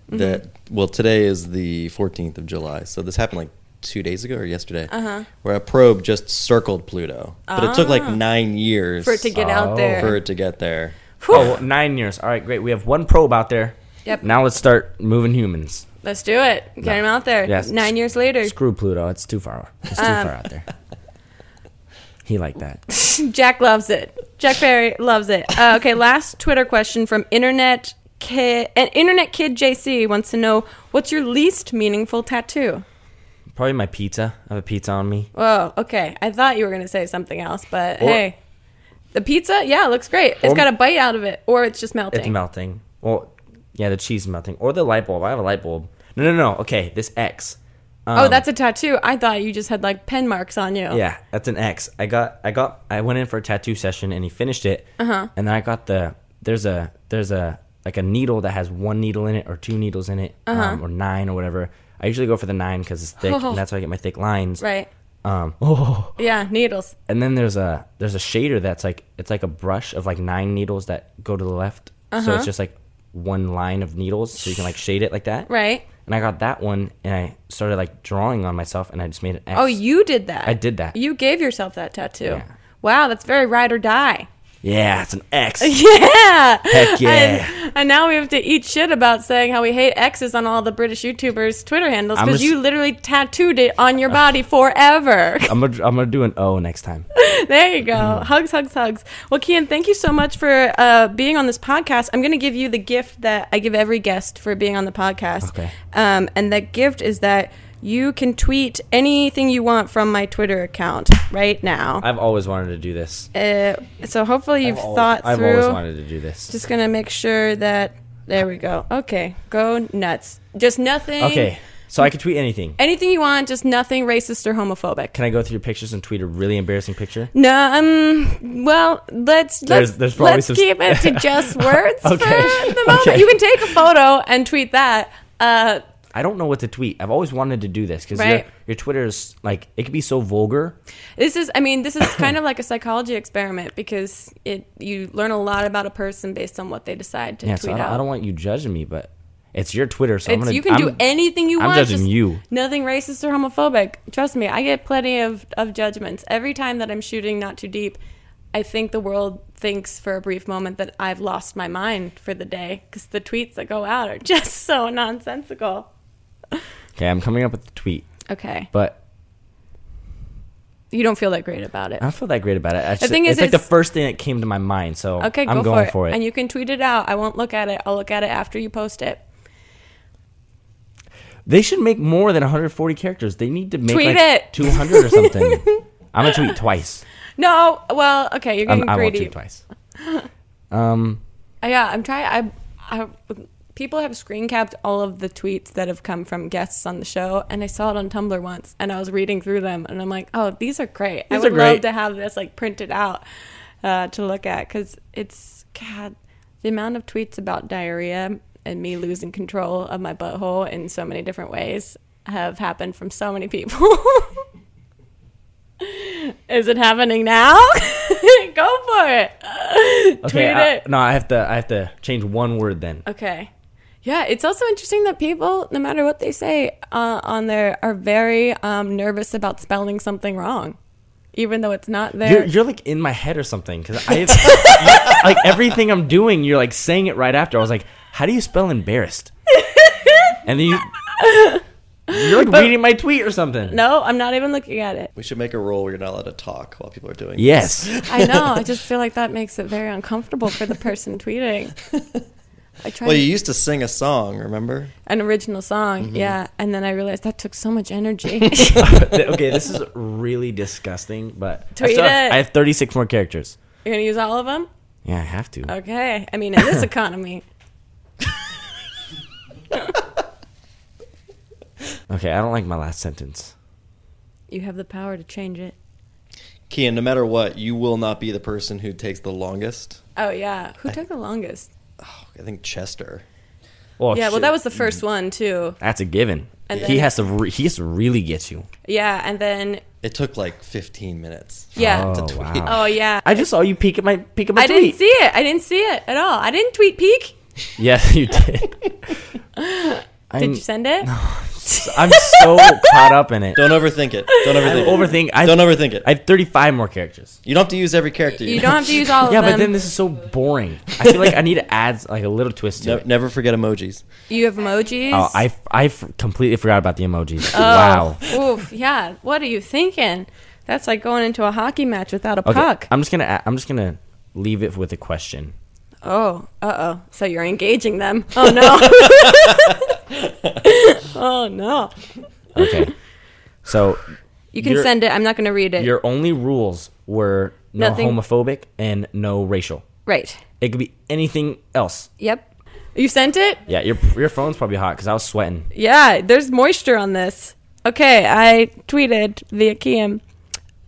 Mm-hmm.
that, well, today is the 14th of July. So this happened like two days ago or yesterday, uh-huh. where a probe just circled Pluto. But it took like nine years
Ah. For it to get out
Oh.
there.
for it to get there.
Whew.
Oh, well, nine years. All right, great. We have one probe out there.
Yep.
Now let's start moving humans.
Let's do it. Get him out there. Um.
Yes.
Nine years later,
Screw Pluto. It's too far. It's too far out there. He liked that.
Jack loves it. Jack Barry loves it.
(laughs)
Uh, okay, last Twitter question from Internet Kid. And Internet Kid JC wants to know what's your least meaningful tattoo.
Probably my pizza. I have a pizza on me.
Whoa. Okay, I thought you were gonna say something else, but
Or-
hey, the pizza. Yeah, it looks great. It's
Or-
got a bite out of it, or it's just melting.
It's melting. Well, yeah, the cheese is melting. Or the light bulb. I have a light bulb. No, no, no. Okay, this X.
oh, that's a tattoo. I thought you just had like pen marks on you.
Yeah, that's an X. I got, I got, I went in for a tattoo session and he finished it. And then I got the there's a there's a like a needle that has one needle in it or two needles in it um, or nine or whatever. I usually go for the nine because it's thick and that's how I get my thick lines.
Right.
Um. (laughs) Oh.
Yeah. Needles.
and then there's a there's a shader that's like it's like a brush of like nine needles that go to the left so it's just like one line of needles so you can like shade it like that
Right.
and i got that one and i started like drawing on myself and i just made an x
Oh, you did that.
I did that.
You gave yourself that tattoo.
Yeah.
Wow, that's very ride or die. (laughs)
yeah it's an x
Yeah.
heck yeah
And, and now we have to eat shit about saying how we hate X's on all the British YouTubers' Twitter handles
I'm
because
just-
you literally tattooed it on your body forever. (laughs)
I'm gonna, I'm gonna do an O next time.
there you go.
Hmm.
Hugs, hugs, hugs. Well, Kian, thank you so much for uh, being on this podcast. I'm going to give you the gift that I give every guest for being on the podcast.
Okay.
Um, and that gift is that you can tweet anything you want from my Twitter account right now.
I've always wanted to do this.
Uh, so hopefully you've thought
I've
through.
always wanted to do this.
Just gonna make sure that there we go. Okay, go nuts. Just nothing.
okay, so I could tweet anything.
Anything you want, just nothing racist or homophobic.
Can I go through your pictures and tweet a really embarrassing picture?
No, um, well, let's
There's-
let's,
there's probably
let's
some- (laughs)
keep it to just
Okay,
words
(laughs)
for the moment.
okay.
You can take a photo and tweet that. Uh,
I don't know what to tweet. I've always wanted to do this because your,
Right.
your Twitter is like it could be so vulgar.
this is, I mean, this is kind of like a psychology experiment because it you learn a lot about a person based on what they decide to
Yeah, so
tweet
I don't,
out.
I don't want you judging me, but it's your Twitter, so I'm
It's-
gonna.
you can do
I'm-
anything you
I'm
want.
judging
just
you.
Nothing racist or homophobic. Trust me, I get plenty of, of judgments. Every time that I'm shooting Not Too Deep, I think the world thinks for a brief moment that I've lost my mind for the day because the tweets that go out are (laughs) just so nonsensical.
Okay, I'm coming up with a tweet,
Okay.
but
You don't feel that great about it.
I don't feel that great about it. I just-
thing
it's
is,
like the
it's-
first thing that came to my mind, so
Okay,
I'm
go
going
for, it.
for it.
And you can tweet it out. I won't look at it. I'll look at it after you post it.
they should make more than 140 characters. They need to make
Tweet
like
it.
200 or something.
(laughs)
I'm gonna tweet twice.
No, well, okay, you're
I'm,
getting
I won't
greedy.
tweet twice.
(laughs)
Um,
Uh, Yeah, I'm trying. I, I, people have screen capped all of the tweets that have come from guests on the show, and I saw it on Tumblr once, and I was reading through them, and I'm like, oh, these are great. I
These
would
are great.
love to have this like printed out uh, to look at because it's God, the amount of tweets about diarrhea and me losing control of my butthole in so many different ways have happened from so many people. (laughs) Is it happening now? (laughs) Go for it. Tweet
I-
it.
No, I have to. I have to change one word then.
Okay. Yeah, it's also interesting that people, no matter what they say uh, on there, are very um, nervous about spelling something wrong, even though it's not there.
You're, you're like in my head or something because I you- (laughs) like everything I'm doing. You're like saying it right after. I was like, how do you spell embarrassed?
(laughs)
And then you. You're like reading my tweet or something.
no, I'm not even looking at it.
We should make a rule where you're not allowed to talk while people are doing.
(laughs)
it.
Yes.
I know. I just feel like that makes it very uncomfortable for the person tweeting. I tried
Well, you used to sing a song, remember?
an original song, yeah, and then I realized that took so much energy. (laughs)
okay, this is really disgusting, but I,
Tweet
still have,
it.
I have 36 more characters.
You're gonna use all of them?
Yeah, I have to.
Okay. I mean, in this economy,
Okay, I don't like my last sentence.
you have the power to change it.
Kian, no matter what, you will not be the person who takes the longest.
Oh yeah, who took the longest?
I think Chester.
Well,
Yeah, well,
Oh, shit,
that was the first one too.
that's a given.
And
he
then-
has to. Re- he has to really get you.
Yeah, and then
It took like 15 minutes.
yeah.
Oh,
Oh,
tweet.
wow.
yeah. I,
I just saw you peek at my peek at my tweet.
didn't see it. I didn't see it at all. I didn't tweet peek.
Yeah, (laughs) you did.
(laughs) Did
I'm,
you send it?
I'm so caught up in it.
Don't overthink it. Don't overthink it.
overthink. I,
Don't overthink it.
I have 35 more characters.
you don't have to use every character.
You don't have to use
(laughs)
all
Yeah,
of them.
but then this is so boring. I feel like I need to add like a little twist to
(laughs) Ne-
it.
never forget emojis.
you have emojis.
Oh, I, f- I f- completely forgot about the emojis.
Oh.
Wow.
(laughs) Oof, yeah. What are you thinking? That's like going into a hockey match without a
Okay,
puck.
I'm just gonna a- I'm just gonna leave it with a question.
Oh, uh oh. So you're engaging them.
(laughs)
Oh no. (laughs) oh no. (laughs)
Okay. so
You can
You're-
send it. I'm not going to read it.
your only rules were no
Nothing.
homophobic and no racial.
Right.
It could be anything else.
Yep. You sent it?
Yeah, your your phone's probably hot because I was sweating.
Yeah, there's moisture on this. Okay, I tweeted via Kiam.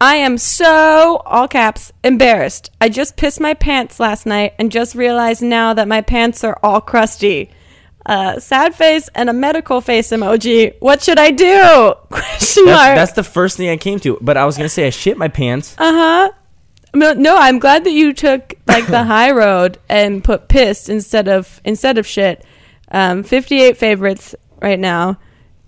I am so, all caps, embarrassed. I just pissed my pants last night and just realized now that my pants are all crusty. Uh, sad face and a medical face emoji. What should I do? (laughs) Question
That's,
mark.
that's the first thing I came to. But I was gonna say I shit my pants.
Uh-huh. No, no, I'm glad that you took
(laughs)
like the high road and put pissed instead of instead of shit. Um, 58 favorites right now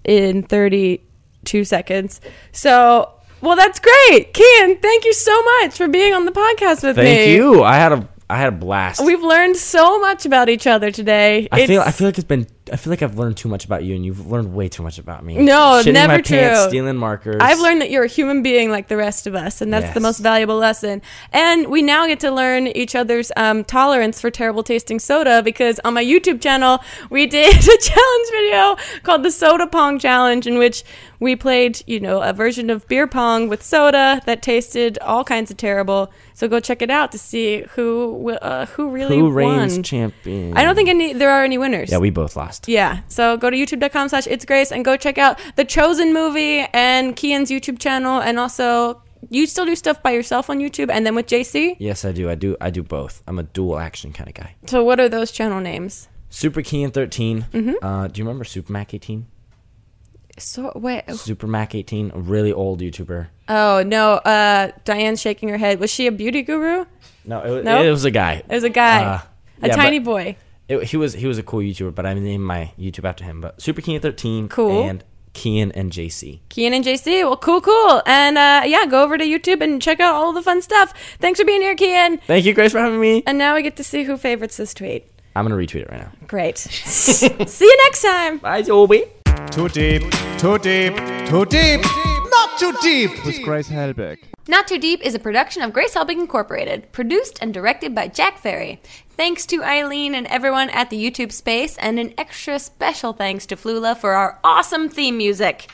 in 32 seconds. So, well, that's great, Kian. Thank you so much for being on the podcast with me.
Thank you. I had a I had a blast.
We've learned so much about each other today.
I feel
It's-
I feel like it's been I feel like I've learned too much about you and you've learned way too much about me.
No,
Shitting my
never
pants,
true.
stealing markers.
I've learned that you're a human being like the rest of us, and that's
Yes.
the most valuable lesson. And we now get to learn each other's um, tolerance for terrible tasting soda because on my YouTube channel, we did (laughs) a challenge video called the Soda Pong Challenge, in which we played, you know, a version of beer pong with soda that tasted all kinds of terrible. So go check it out to see who wi- uh, who really
who
won.
reigns champion.
I don't think any there are any winners.
Yeah, we both lost.
Yeah. So go to youtube.com slash it's grace and go check out the chosen movie and Kian's YouTube channel and also you still do stuff by yourself on YouTube and then with JC.
Yes, I do. I do. I do both. I'm a dual action kind of guy.
So what are those channel names?
Super Keen 13.
Mm-hmm.
Uh, do you remember Super Mac 18?
So wait
Super Mac 18, a really old YouTuber.
oh no, uh Diane's shaking her head. Was she a beauty guru?
No, it, wa-
Nope.
it was a guy.
It was a guy.
Uh,
a
yeah,
tiny
but
boy.
it- he was he was a cool YouTuber, but I named my YouTube after him. But Super Keen 13.
Cool.
And Keen and JC.
Kian and JC. Well, cool, cool. And uh, yeah, go over to YouTube and check out all the fun stuff. Thanks for being here, Kian.
Thank you, Grace, for having me.
And now we get to see who favorites this tweet.
I'm gonna retweet it right now. (laughs)
Great. see you next time.
Bye, Zoe.
Too deep, too deep, too deep, not too deep with Grace Helbig.
Not Too Deep is a production of Grace Helbig Incorporated, produced and directed by Jack Ferry. Thanks to Eileen and everyone at the YouTube space, and an extra special thanks to Flula for our awesome theme music.